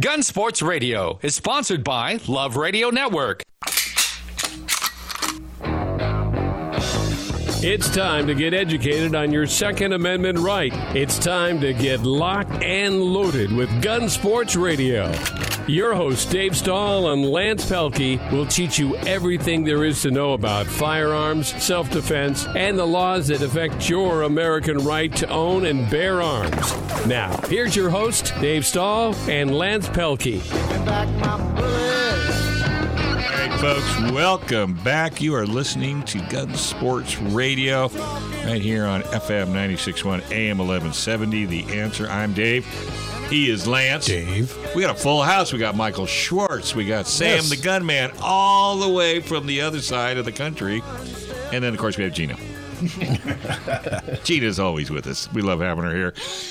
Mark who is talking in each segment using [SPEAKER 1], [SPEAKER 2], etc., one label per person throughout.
[SPEAKER 1] Gun Sports Radio is sponsored by Love Radio Network.
[SPEAKER 2] It's time to get educated on your Second Amendment right. It's time to get locked and loaded with Gun Sports Radio. Your hosts, Dave Stahl and Lance Pelkey, will teach you everything there is to know about firearms, self defense, and the laws that affect your American right to own and bear arms. Now, here's your host, Dave Stahl and Lance Pelkey.
[SPEAKER 3] All right, folks, welcome back. You are listening to Gun Sports Radio right here on FM 961 AM 1170. The answer I'm Dave. He is Lance.
[SPEAKER 4] Dave.
[SPEAKER 3] We got a full house. We got Michael Schwartz. We got Sam
[SPEAKER 4] Yes.
[SPEAKER 3] the Gunman all the way from the other side of the country. And then, of course, we have Gina. Gina's always with us. We love having her here.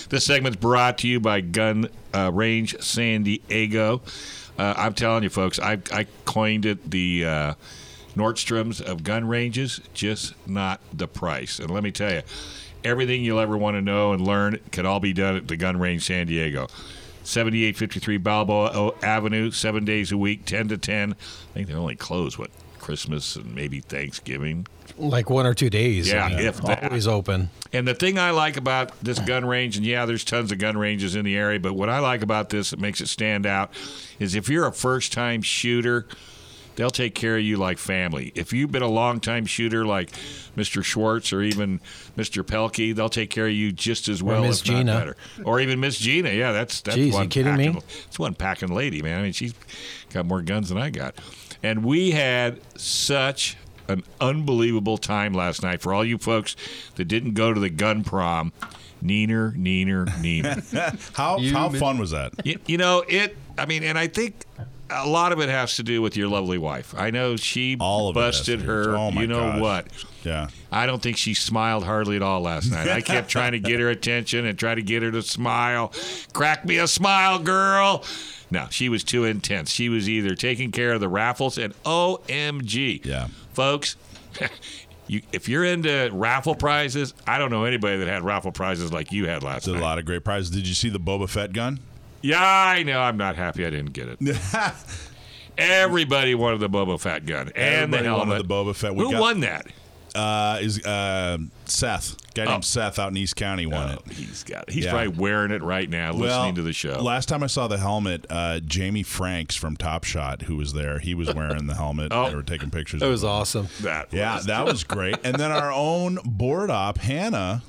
[SPEAKER 3] This segment's brought to you by Gun uh, Range San Diego. Uh, I'm telling you, folks, I, I coined it the uh, Nordstrom's of gun ranges, just not the price. And let me tell you, everything you'll ever want to know and learn can all be done at the Gun Range San Diego. 7853 Balboa O- Avenue, seven days a week, 10 to 10. I think they only close, what, Christmas and maybe Thanksgiving?
[SPEAKER 4] Like one or two days.
[SPEAKER 3] Yeah,
[SPEAKER 4] I mean,
[SPEAKER 3] if that.
[SPEAKER 4] always open.
[SPEAKER 3] And the thing I like about this gun range, and yeah, there's tons of gun ranges in the area, but what I like about this that makes it stand out is if you're a first time shooter, they'll take care of you like family. If you've been a long time shooter like Mr. Schwartz or even Mr. Pelkey, they'll take care of you just as well,
[SPEAKER 4] Miss
[SPEAKER 3] if not
[SPEAKER 4] Gina.
[SPEAKER 3] better. Or even Miss Gina. Yeah, that's that's
[SPEAKER 4] Jeez, you
[SPEAKER 3] one
[SPEAKER 4] kidding me?
[SPEAKER 3] packing- It's one packing lady, man. I mean, she's got more guns than I got. And we had such an unbelievable time last night for all you folks that didn't go to the gun prom. Neener, neener, neener.
[SPEAKER 5] How how fun was that?
[SPEAKER 3] you, you know, it, I mean, and I think a lot of it has to do with your lovely wife. I know she
[SPEAKER 5] All of it has
[SPEAKER 3] busted
[SPEAKER 5] to do-
[SPEAKER 3] her,
[SPEAKER 5] oh my
[SPEAKER 3] you know
[SPEAKER 5] gosh.
[SPEAKER 3] what?
[SPEAKER 5] Yeah.
[SPEAKER 3] I don't think she smiled hardly at all last night. I kept trying to get her attention and try to get her to smile. Crack me a smile, girl. No, she was too intense. She was either taking care of the raffles and OMG.
[SPEAKER 5] Yeah.
[SPEAKER 3] Folks, you if you're into raffle prizes, I don't know anybody that had raffle prizes like you had last
[SPEAKER 5] Did a
[SPEAKER 3] night.
[SPEAKER 5] lot of great prizes. Did you see the Boba Fett gun?
[SPEAKER 3] Yeah, I know. I'm not happy I didn't get it. Everybody wanted the Boba Fett gun and the
[SPEAKER 5] Everybody
[SPEAKER 3] helmet.
[SPEAKER 5] wanted the Boba Fett. We
[SPEAKER 3] Who
[SPEAKER 5] got-
[SPEAKER 3] won that?
[SPEAKER 5] Uh, is uh, Seth? Guy
[SPEAKER 3] Oh.
[SPEAKER 5] named Seth out in East County won it.
[SPEAKER 3] Oh, he's got. He's
[SPEAKER 5] Yeah.
[SPEAKER 3] probably wearing it right now, listening to the show.
[SPEAKER 5] Last time I saw the helmet, uh, Jamie Franks from Top Shot, who was there, he was wearing the helmet.
[SPEAKER 3] Oh.
[SPEAKER 5] They were taking pictures.
[SPEAKER 4] It
[SPEAKER 5] of
[SPEAKER 4] was awesome.
[SPEAKER 3] that.
[SPEAKER 5] Yeah,
[SPEAKER 3] was-
[SPEAKER 5] that was great. And then our own board op, Hannah,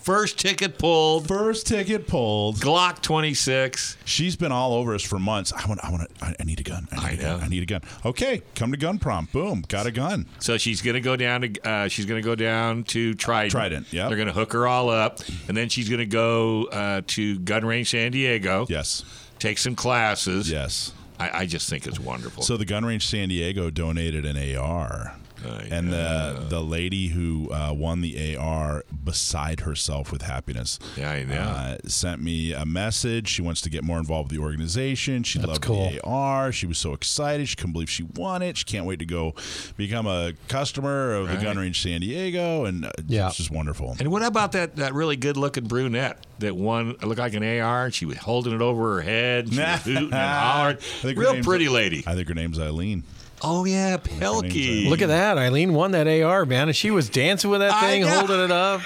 [SPEAKER 3] First ticket pulled.
[SPEAKER 5] first ticket pulled.
[SPEAKER 3] Glock 26.
[SPEAKER 5] She's been all over us for months. I want, I want, to, I, I need a gun. I need,
[SPEAKER 3] I
[SPEAKER 5] a gun.
[SPEAKER 3] know.
[SPEAKER 5] I need a gun. Okay, come to gun prom. Boom, got a gun.
[SPEAKER 3] So she's gonna go down to uh, she's gonna go down to Trident.
[SPEAKER 5] Trident, yep.
[SPEAKER 3] They're gonna hook her all up, and then she's gonna go uh, to Gun Range San Diego.
[SPEAKER 5] Yes,
[SPEAKER 3] Take some classes.
[SPEAKER 5] yes.
[SPEAKER 3] I, I just think it's wonderful.
[SPEAKER 5] So the gun range San Diego donated an AR.
[SPEAKER 3] I
[SPEAKER 5] and the the lady who uh, won the AR beside herself with happiness.
[SPEAKER 3] Yeah, I know.
[SPEAKER 5] Uh, sent me a message. She wants to get more involved with the organization. She loved
[SPEAKER 4] cool.
[SPEAKER 5] the AR. She was so excited. She couldn't believe she won it. She can't wait to go become a customer of the Gun Range San Diego. And uh,
[SPEAKER 4] Yeah.
[SPEAKER 5] it's just wonderful.
[SPEAKER 3] and what about that that really good looking brunette that one looked like an AR? She was holding it over her head. She was hooting and hollering.
[SPEAKER 5] I think her
[SPEAKER 3] Real
[SPEAKER 5] name's-
[SPEAKER 3] pretty lady.
[SPEAKER 5] I think her name's Eileen.
[SPEAKER 3] Oh yeah, Pelkey.
[SPEAKER 4] Look at that. Eileen won that AR, man. And she was dancing with that
[SPEAKER 3] I
[SPEAKER 4] thing,
[SPEAKER 3] know.
[SPEAKER 4] holding it up.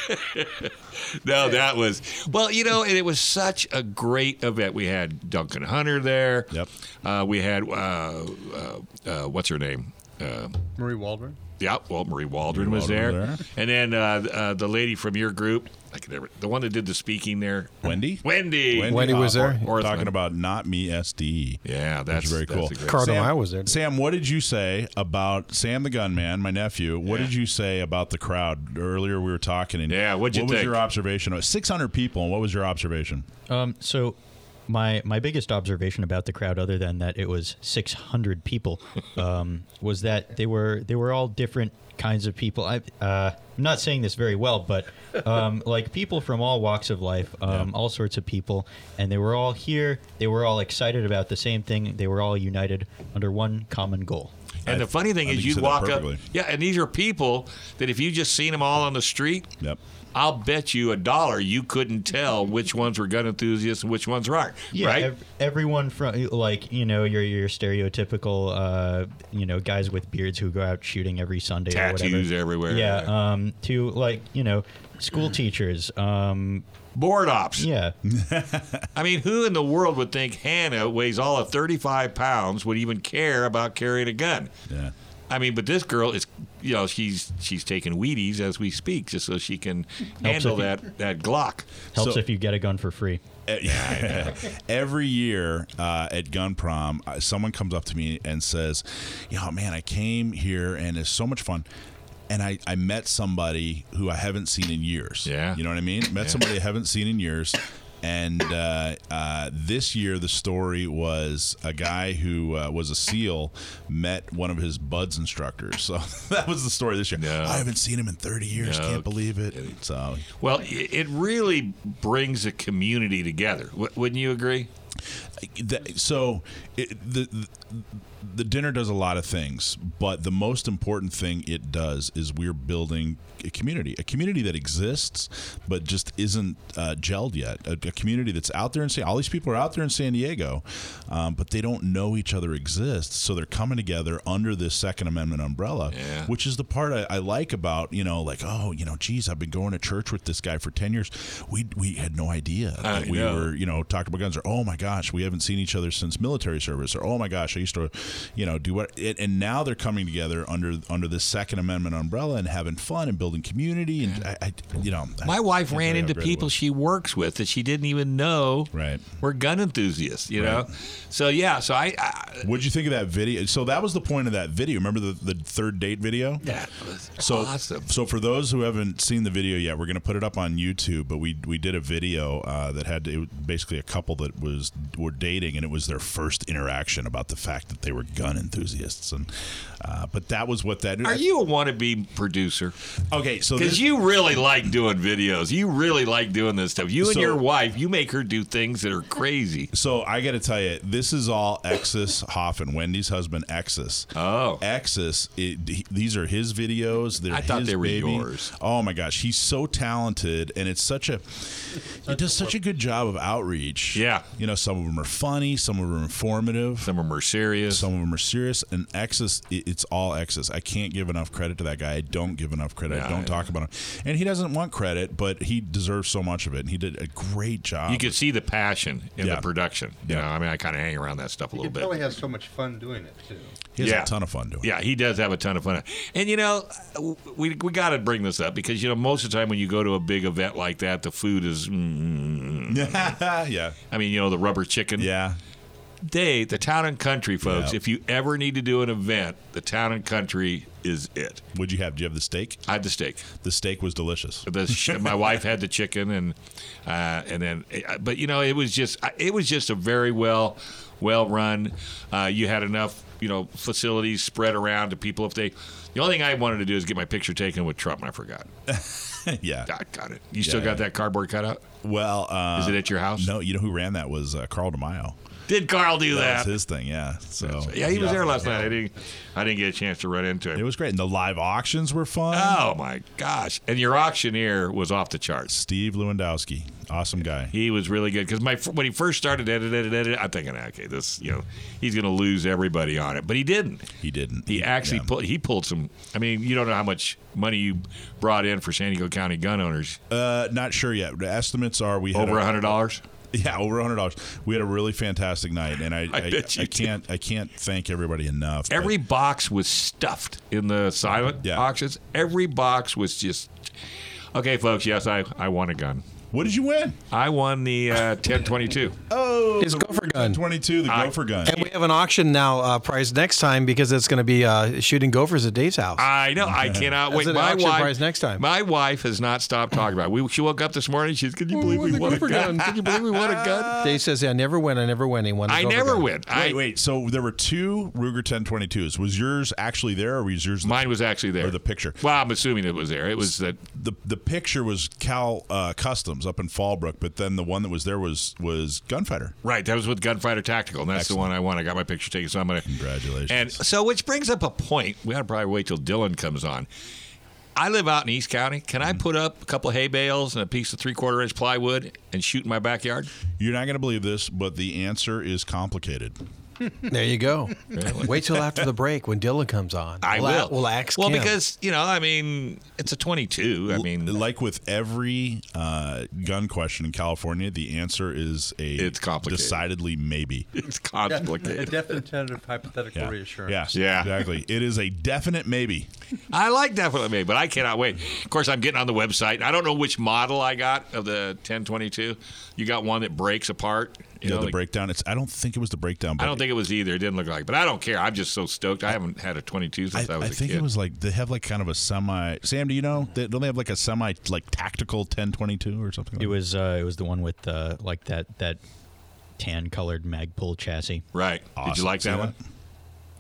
[SPEAKER 3] No, that was well, you know, and it was such a great event. We had Duncan Hunter there.
[SPEAKER 5] Yep.
[SPEAKER 3] Uh, we had uh, uh, uh, what's her name? Uh,
[SPEAKER 4] Marie Waldron.
[SPEAKER 3] yeah, well, Marie Waldron was there.
[SPEAKER 5] Waldron was
[SPEAKER 3] and then uh, uh, the lady from your group, I can never, the one that did the speaking there,
[SPEAKER 5] Wendy?
[SPEAKER 3] Wendy.
[SPEAKER 4] Wendy was there?
[SPEAKER 3] Or-
[SPEAKER 5] talking about not me SD.
[SPEAKER 3] Yeah, that's
[SPEAKER 5] That's very
[SPEAKER 3] that's
[SPEAKER 5] cool.
[SPEAKER 3] a great-
[SPEAKER 4] Cardo
[SPEAKER 5] Sam-
[SPEAKER 4] I was there.
[SPEAKER 5] Sam, what did you say about Sam the gunman, my nephew? What did you say about the crowd earlier? We were talking, and
[SPEAKER 3] Yeah, what'd you
[SPEAKER 5] what was
[SPEAKER 3] think?
[SPEAKER 5] your observation? Six hundred people, and what was your observation?
[SPEAKER 6] Um, so my my biggest observation about the crowd, other than that it was 600 people, um, was that they were they were all different kinds of people. I, uh, I'm not saying this very well, but um, like people from all walks of life, um, all sorts of people, and they were all here. They were all excited about the same thing. They were all united under one common goal.
[SPEAKER 3] And
[SPEAKER 5] I-
[SPEAKER 3] the funny thing
[SPEAKER 5] I
[SPEAKER 3] is,
[SPEAKER 5] think you
[SPEAKER 3] you'd
[SPEAKER 5] said that
[SPEAKER 3] walk up.
[SPEAKER 5] perfectly.
[SPEAKER 3] Yeah, and these are people that if you just seen them all on the street,
[SPEAKER 5] Yep.
[SPEAKER 3] I'll bet you a dollar you couldn't tell which ones were gun enthusiasts and which ones were not.
[SPEAKER 6] Yeah,
[SPEAKER 3] right?
[SPEAKER 6] ev- everyone from like you know your your stereotypical uh, you know guys with beards who go out shooting every Sunday or
[SPEAKER 3] Tattoos
[SPEAKER 6] whatever.
[SPEAKER 3] everywhere. Mm.
[SPEAKER 6] Yeah, um, to like you know school teachers. Um,
[SPEAKER 3] Board ops.
[SPEAKER 6] yeah,
[SPEAKER 3] I mean, who in the world would think Hannah weighs all of 35 pounds would even care about carrying a gun?
[SPEAKER 5] Yeah.
[SPEAKER 3] I mean, but this girl is, you know, she's she's taking Wheaties as we speak just so she can handle
[SPEAKER 6] if
[SPEAKER 3] that, that Glock.
[SPEAKER 6] helps
[SPEAKER 5] So-
[SPEAKER 6] if you get a gun for free.
[SPEAKER 5] Every year uh, at gun prom, uh, someone comes up to me and says, "Yo, man, I came here and it's so much fun." And I, I met somebody who I haven't seen in years.
[SPEAKER 3] Yeah.
[SPEAKER 5] You know what I mean? Met somebody I haven't seen in years. And uh, uh, this year, the story was a guy who uh, was a SEAL met one of his buds instructors. So that was the story this year. I haven't seen him in 30 years.
[SPEAKER 3] No
[SPEAKER 5] Can't believe it. So
[SPEAKER 3] Well, i- it really brings a community together. W- wouldn't you agree?
[SPEAKER 5] that, so it, the, the the dinner does a lot of things, but the most important thing it does is we're building a community, a community that exists but just isn't uh, gelled yet. A, a community that's out there in San. All these people are out there in San Diego, um, but they don't know each other exists, so they're coming together under this Second Amendment umbrella,
[SPEAKER 3] Yeah.
[SPEAKER 5] which is the part I, I like about you know, like oh, you know, geez, I've been going to church with this guy for ten years. We we had no idea
[SPEAKER 3] I
[SPEAKER 5] that we
[SPEAKER 3] know.
[SPEAKER 5] were you know talked about guns or oh my gosh we haven't seen each other since military service or oh my gosh I used to you know do what it, and now they're coming together under under this Second Amendment umbrella and having fun and building community and I, I you know I
[SPEAKER 3] My wife
[SPEAKER 5] can't
[SPEAKER 3] ran
[SPEAKER 5] tell you how
[SPEAKER 3] into
[SPEAKER 5] great it
[SPEAKER 3] people
[SPEAKER 5] was.
[SPEAKER 3] she works with that she didn't even know
[SPEAKER 5] Right.
[SPEAKER 3] were gun enthusiasts, you know? So, yeah, so I, I
[SPEAKER 5] What'd you think of that video? So that was the point of that video. Remember the, the third date video?
[SPEAKER 3] that was
[SPEAKER 5] So,
[SPEAKER 3] awesome.
[SPEAKER 5] so for those who haven't seen the video yet, we're going to put it up on YouTube. But we we did a video uh, that had to, it was basically a couple that was were dating, and it was their first interaction about the fact that they were gun enthusiasts. And uh, but that was what that.
[SPEAKER 3] Are you a wannabe producer?
[SPEAKER 5] okay? So
[SPEAKER 3] Because
[SPEAKER 5] this,
[SPEAKER 3] you really like doing videos. You really like doing this stuff. You and
[SPEAKER 5] So-
[SPEAKER 3] your wife, you make her do things that are crazy.
[SPEAKER 5] So I got to tell you, this is all Exis Hoffman, Wendy's husband, Exis.
[SPEAKER 3] Oh.
[SPEAKER 5] Exis, it, he- these are his videos. They're
[SPEAKER 3] I thought
[SPEAKER 5] his
[SPEAKER 3] they were
[SPEAKER 5] baby.
[SPEAKER 3] yours.
[SPEAKER 5] Oh my gosh, he's so talented, and it's such a, it does such a good job of outreach.
[SPEAKER 3] Yeah.
[SPEAKER 5] you know, some of them are funny, some of them are informative.
[SPEAKER 3] Some of them are serious.
[SPEAKER 5] Some of them are serious, and Exis, i- it's all Exis. I can't give enough credit to that guy. I don't give enough credit.
[SPEAKER 3] Yeah,
[SPEAKER 5] I don't
[SPEAKER 3] I-
[SPEAKER 5] talk about him, and he doesn't want credit, but he deserves so much of it. And he did a great job.
[SPEAKER 3] you could see the passion in
[SPEAKER 5] Yeah.
[SPEAKER 3] the production. You
[SPEAKER 5] Yeah.
[SPEAKER 3] know, I mean, I kind of hang around that stuff a
[SPEAKER 7] He
[SPEAKER 3] little bit.
[SPEAKER 7] probably has so much fun doing it too.
[SPEAKER 5] he has
[SPEAKER 3] yeah.
[SPEAKER 5] a ton of fun doing. it.
[SPEAKER 3] Yeah, he does have a ton of fun. And you know, we we got to bring this up because you know most of the time when you go to a big event like that, the food is. Mm,
[SPEAKER 5] yeah.
[SPEAKER 3] I mean, you know, the rubber chicken.
[SPEAKER 5] Yeah.
[SPEAKER 3] They, the town and country folks.
[SPEAKER 5] Yeah.
[SPEAKER 3] If you ever need to do an event, the town and country is it.
[SPEAKER 5] What'd you have? Did you have the steak?
[SPEAKER 3] I had the steak.
[SPEAKER 5] The steak was delicious.
[SPEAKER 3] The sh- my wife had the chicken, and uh, and then, but you know, it was just it was just a very well well run. Uh, you had enough you know facilities spread around to people if they. The only thing I wanted to do is get my picture taken with Trump, and I forgot.
[SPEAKER 5] yeah.
[SPEAKER 3] I got it. You still
[SPEAKER 5] Yeah.
[SPEAKER 3] got that cardboard cutout?
[SPEAKER 5] Well, uh,
[SPEAKER 3] Is it at your house?
[SPEAKER 5] No, you know who ran that was uh, Carl DeMaio.
[SPEAKER 3] Did Carl do
[SPEAKER 5] That
[SPEAKER 3] that?
[SPEAKER 5] was his thing. Yeah. So
[SPEAKER 3] yeah, he was there last night. I didn't. I didn't get a chance to run into
[SPEAKER 5] It
[SPEAKER 3] him.
[SPEAKER 5] was great, and the live auctions were fun.
[SPEAKER 3] Oh my gosh! And your auctioneer was off the charts.
[SPEAKER 5] Steve Lewandowski, awesome guy.
[SPEAKER 3] He was really good because my when he first started edit edit edit, I'm thinking, okay, this you know he's going to lose everybody on it, but he didn't.
[SPEAKER 5] He didn't.
[SPEAKER 3] He actually pulled. He pulled some. I mean, you don't know how much money you brought in for San Diego County gun owners.
[SPEAKER 5] Uh, not sure yet. The estimates are we had
[SPEAKER 3] Over a hundred dollars.
[SPEAKER 5] Yeah, over a hundred dollars. We had a really fantastic night, and I I,
[SPEAKER 3] bet you
[SPEAKER 5] I can't I can't thank everybody enough. but-
[SPEAKER 3] Every box was stuffed in the silent
[SPEAKER 5] Yeah.
[SPEAKER 3] auctions. Every box was just. Okay, folks. Yes, I I won a gun.
[SPEAKER 5] what did you win?
[SPEAKER 3] I won the uh, 1022.
[SPEAKER 4] Oh. His gopher gun.
[SPEAKER 5] Twenty two, the gopher gun.
[SPEAKER 4] And we have an auction now uh, prize next time because it's going to be uh, shooting gophers at Dave's house.
[SPEAKER 3] I know. I cannot wait.
[SPEAKER 4] an
[SPEAKER 3] My
[SPEAKER 4] auction
[SPEAKER 3] wife.
[SPEAKER 4] prize next time.
[SPEAKER 3] My wife has not stopped talking about it. We, she woke up this morning. She's. Can you believe
[SPEAKER 4] Oh,
[SPEAKER 3] we won a gun? Can you believe we won a gun?
[SPEAKER 4] Dave says, "I never win. I never win. He won. the
[SPEAKER 3] I
[SPEAKER 4] gopher
[SPEAKER 3] never
[SPEAKER 4] gun."
[SPEAKER 3] win. I
[SPEAKER 5] Wait, wait. So there were two Ruger 1022s. Was yours actually there, or was yours?
[SPEAKER 3] Mine was actually there.
[SPEAKER 5] Or the picture.
[SPEAKER 3] Well, I'm assuming it was there. It was that.
[SPEAKER 5] the the picture was Cal uh, Custom. bombs up in Fallbrook, but then the one that was there was was Gunfighter.
[SPEAKER 3] Right, that was with Gunfighter Tactical, and that's the one I won. I got my picture taken, so I'm gonna
[SPEAKER 5] Congratulations.
[SPEAKER 3] And so, which brings up a point. We ought to probably wait till Dylan comes on. I live out in East County. Can I put up a couple hay bales and a piece of three quarter inch plywood and shoot in my backyard?
[SPEAKER 5] You're not going to believe this, but the answer is complicated.
[SPEAKER 4] There you go. Wait till after the break when Dylan comes on.
[SPEAKER 3] I
[SPEAKER 4] we'll,
[SPEAKER 3] will.
[SPEAKER 4] a- We'll ask
[SPEAKER 3] Well,
[SPEAKER 4] him.
[SPEAKER 3] because you know, I mean, it's a 22. I mean,
[SPEAKER 5] like with every uh, gun question in California, the answer is a
[SPEAKER 3] It's complicated.
[SPEAKER 5] decidedly maybe.
[SPEAKER 3] it's
[SPEAKER 7] A
[SPEAKER 3] complicated.
[SPEAKER 7] definite tentative hypothetical
[SPEAKER 5] Yeah.
[SPEAKER 7] reassurance.
[SPEAKER 5] Yeah.
[SPEAKER 3] Yeah.
[SPEAKER 5] Exactly. It is a definite maybe.
[SPEAKER 3] I like definitely me, but I cannot wait. Of course, I'm getting on the website. I don't know which model I got of the 1022. You got one that breaks apart. You
[SPEAKER 5] You know,
[SPEAKER 3] know,
[SPEAKER 5] the
[SPEAKER 3] like-
[SPEAKER 5] breakdown. It's. I don't think it was the breakdown. But
[SPEAKER 3] I don't think it was either. It didn't look like, but I don't care. I'm just so stoked. I haven't had a 22
[SPEAKER 5] I,
[SPEAKER 3] since I, was
[SPEAKER 5] I
[SPEAKER 3] a
[SPEAKER 5] think
[SPEAKER 3] kid.
[SPEAKER 5] it was like they have like kind of a semi. Sam, do you know? They, don't they have like a semi like tactical 1022 or something? Like
[SPEAKER 6] It was uh, it was the one with uh, like that that tan colored Magpul chassis.
[SPEAKER 3] right. Did you
[SPEAKER 5] Awesome.
[SPEAKER 3] like
[SPEAKER 5] See
[SPEAKER 3] that
[SPEAKER 5] that?
[SPEAKER 3] one?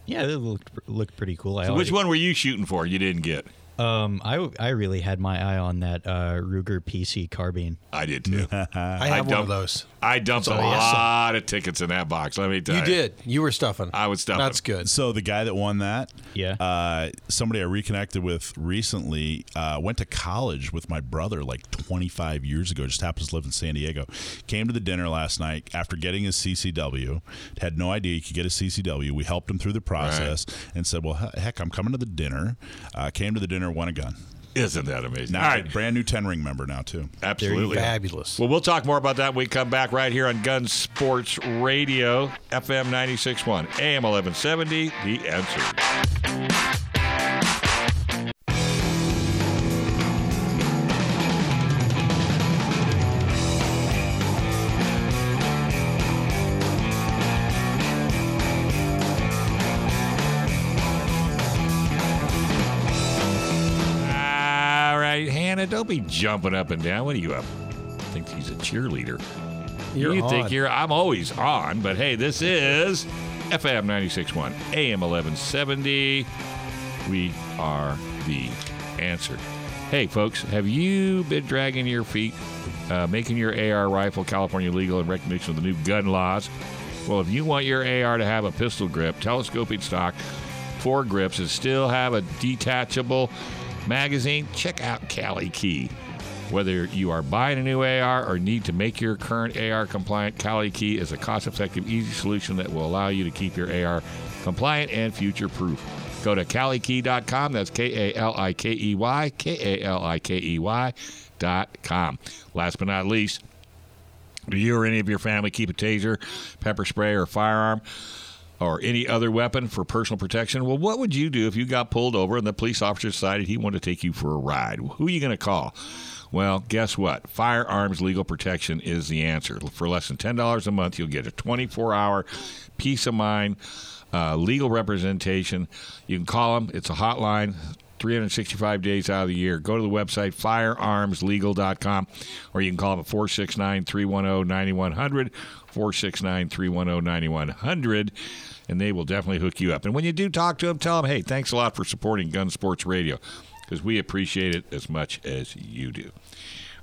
[SPEAKER 6] Yeah, it looked looked pretty cool. I
[SPEAKER 3] So which
[SPEAKER 6] already-
[SPEAKER 3] one were you shooting for? You didn't get.
[SPEAKER 6] Um, I I really had my eye on that uh, Ruger PC carbine.
[SPEAKER 3] I did too.
[SPEAKER 4] I have one
[SPEAKER 3] dumped,
[SPEAKER 4] of those.
[SPEAKER 3] I dumped a
[SPEAKER 4] That's awesome.
[SPEAKER 3] lot of tickets in that box. Let me tell you.
[SPEAKER 4] You did. You were stuffing.
[SPEAKER 3] I was stuffing.
[SPEAKER 4] That's good.
[SPEAKER 5] So the guy that won that,
[SPEAKER 6] Yeah.
[SPEAKER 3] Ah,
[SPEAKER 5] uh, somebody I reconnected with recently uh, went to college with my brother like 25 years ago. Just happens to live in San Diego. Came to the dinner last night after getting his CCW. Had no idea he could get a CCW. We helped him through the process and said, "Well, he- heck, I'm coming to the dinner." Uh, came to the dinner, won a gun.
[SPEAKER 3] Isn't that amazing?
[SPEAKER 5] Now
[SPEAKER 3] All right.
[SPEAKER 5] brand new 10 ring member now too.
[SPEAKER 3] Absolutely.
[SPEAKER 4] Fabulous.
[SPEAKER 3] Well, we'll talk more about that when we come back right here on Gun Sports Radio, FM 96.1, AM 1170, The Answer. All right, Hannah, don't be jumping up and down. What are you up? I think he's a cheerleader.
[SPEAKER 4] You're
[SPEAKER 3] you think
[SPEAKER 4] on.
[SPEAKER 3] you're I'm always on, but hey, this is FM 961, AM 1170. We are the answer. Hey, folks, have you been dragging your feet, uh, making your AR rifle California legal in recognition of the new gun laws? Well, if you want your AR to have a pistol grip, telescoping stock, four grips, and still have a detachable magazine, check out Cali Key. Whether you are buying a new AR or need to make your current AR compliant, Cali Key is a cost effective, easy solution that will allow you to keep your AR compliant and future proof. Go to calikey.com. That's K A L I K E Y, K A L I K E Y dot com. Last but not least, do you or any of your family keep a taser, pepper spray, or firearm? or any other weapon for personal protection. Well, what would you do if you got pulled over and the police officer decided he wanted to take you for a ride? Who are you going to call? Well, guess what? Firearms legal protection is the answer. For less than $10 a month, you'll get a 24 hour peace of mind uh, legal representation. You can call them, it's a hotline. 365 days out of the year. Go to the website firearmslegal.com or you can call them at 469 310 9100, 469 310 9100, and they will definitely hook you up. And when you do talk to them, tell them, hey, thanks a lot for supporting Gun Sports Radio because we appreciate it as much as you do.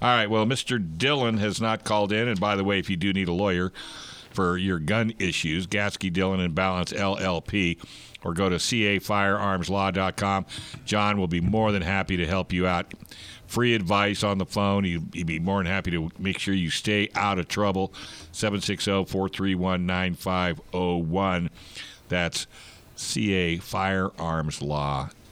[SPEAKER 3] All right, well, Mr. Dillon has not called in. And by the way, if you do need a lawyer, for your gun issues, Gatsky Dillon and Balance LLP, or go to cafirearmslaw.com. John will be more than happy to help you out. Free advice on the phone. You- He'd be more than happy to make sure you stay out of trouble. 760 431 9501. That's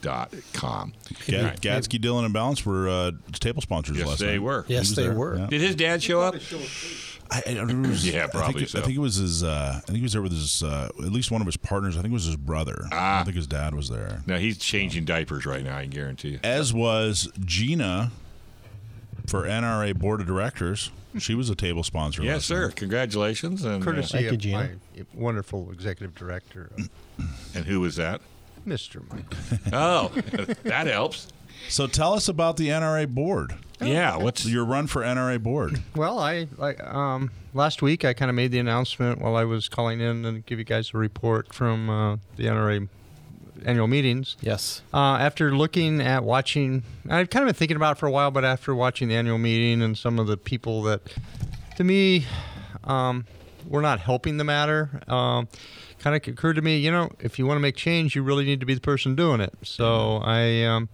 [SPEAKER 3] cafirearmslaw.com.
[SPEAKER 5] Ga- Gadsky, Dillon, and Balance were uh, table sponsors
[SPEAKER 3] Yes,
[SPEAKER 5] last
[SPEAKER 3] they
[SPEAKER 5] night.
[SPEAKER 3] were.
[SPEAKER 4] yes,
[SPEAKER 5] was
[SPEAKER 4] they
[SPEAKER 5] there.
[SPEAKER 4] were.
[SPEAKER 5] Yeah.
[SPEAKER 3] Did his dad show up?
[SPEAKER 5] I, I don't remember. his-
[SPEAKER 3] Yeah,
[SPEAKER 5] I think
[SPEAKER 3] probably
[SPEAKER 5] it- I
[SPEAKER 3] so.
[SPEAKER 5] think it was his. Uh, I think he was there with his. Uh, at least one of his partners. I think it was his brother.
[SPEAKER 3] Ah.
[SPEAKER 5] I don't think his dad was there.
[SPEAKER 3] No, he's changing diapers right now, I guarantee you.
[SPEAKER 5] As was Gina for NRA board of directors. She was a table sponsor.
[SPEAKER 3] Yes,
[SPEAKER 5] last
[SPEAKER 3] sir.
[SPEAKER 5] night.
[SPEAKER 3] Congratulations. And, uh,
[SPEAKER 7] Courtesy
[SPEAKER 6] Thank you,
[SPEAKER 7] of
[SPEAKER 6] Gina.
[SPEAKER 7] my wonderful executive director, uh,
[SPEAKER 3] and who was that?
[SPEAKER 7] Mr. Mike.
[SPEAKER 3] Oh, that helps.
[SPEAKER 5] So tell us about the NRA board.
[SPEAKER 7] Oh.
[SPEAKER 3] Yeah, what's
[SPEAKER 5] Your run for NRA board.
[SPEAKER 7] Well, I, I um, last week I kind of made the announcement while I was calling in and give you guys a report from uh, the NRA annual meetings.
[SPEAKER 8] Yes.
[SPEAKER 7] Uh, after looking at watching, I've kind of been thinking about it for a while, but after watching the annual meeting and some of the people that, to me, um, were not helping the matter, um, kind of occurred to me, you know, if you want to make change, you really need to be the person doing it. So I um,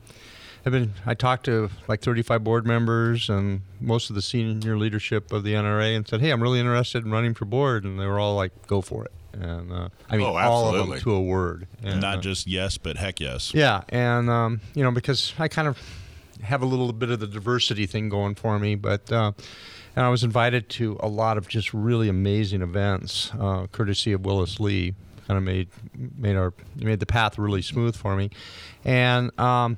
[SPEAKER 7] have been, I talked to like 35 board members and most of the senior leadership of the NRA and said, hey, I'm really interested in running for board. And they were all like, go for it. And uh, I mean,
[SPEAKER 3] Oh,
[SPEAKER 7] all of them
[SPEAKER 3] absolutely.
[SPEAKER 7] to a word. And,
[SPEAKER 5] Not
[SPEAKER 7] uh,
[SPEAKER 5] just yes, but heck yes.
[SPEAKER 7] yeah, and um, you know because I kind of have a little bit of the diversity thing going for me, but uh, and I was invited to a lot of just really amazing events, uh, courtesy of Willis Lee. Kind of made made our made the path really smooth for me, and um,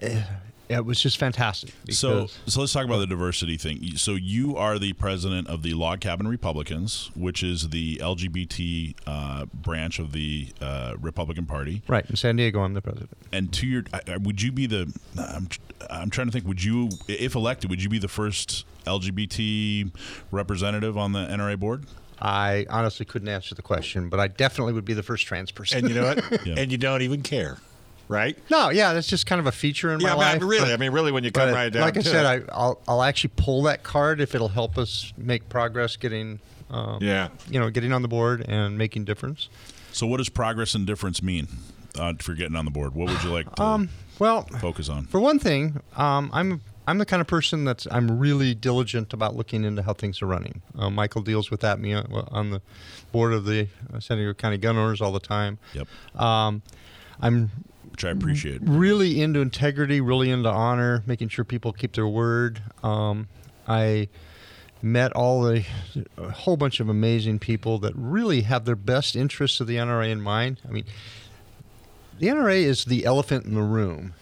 [SPEAKER 7] eh, it was just fantastic.
[SPEAKER 5] So,
[SPEAKER 7] because-
[SPEAKER 5] so let's talk about the diversity thing. So, you are the president of the Log Cabin Republicans, which is the LGBT uh, branch of the uh, Republican Party.
[SPEAKER 7] right in San Diego, I'm the president.
[SPEAKER 5] And to your, I- I- would you be the? I'm, tr- I'm trying to think. Would you, if elected, would you be the first LGBT representative on the NRA board?
[SPEAKER 7] I honestly couldn't answer the question, but I definitely would be the first trans person.
[SPEAKER 3] And you know what?
[SPEAKER 5] Yeah.
[SPEAKER 3] And you don't even care, right?
[SPEAKER 7] no, yeah, that's just kind of a feature in
[SPEAKER 3] yeah,
[SPEAKER 7] my
[SPEAKER 3] I mean,
[SPEAKER 7] life.
[SPEAKER 3] really.
[SPEAKER 7] but-
[SPEAKER 3] I mean, really, when you come
[SPEAKER 7] But
[SPEAKER 3] right down
[SPEAKER 7] like I
[SPEAKER 3] to
[SPEAKER 7] said,
[SPEAKER 3] it.
[SPEAKER 7] I, I'll, I'll actually pull that card if it'll help us make progress getting, um,
[SPEAKER 3] yeah.
[SPEAKER 7] you know, getting on the board and making difference.
[SPEAKER 5] So, what does progress and difference mean uh, for getting on the board? What would you like to
[SPEAKER 7] Well,
[SPEAKER 5] focus on?
[SPEAKER 7] Um, for one thing, um, I'm I'm the kind of person that's I'm really diligent about looking into how things are running. Uh, Michael deals with that me uh, on the board of the uh, San Diego County Gun Owners all the time.
[SPEAKER 5] Yep,
[SPEAKER 7] Um, I'm
[SPEAKER 5] which I appreciate.
[SPEAKER 7] really into integrity, really into honor, making sure people keep their word. Um, I met all the a whole bunch of amazing people that really have their best interests of the NRA in mind. I mean, the NRA is the elephant in the room,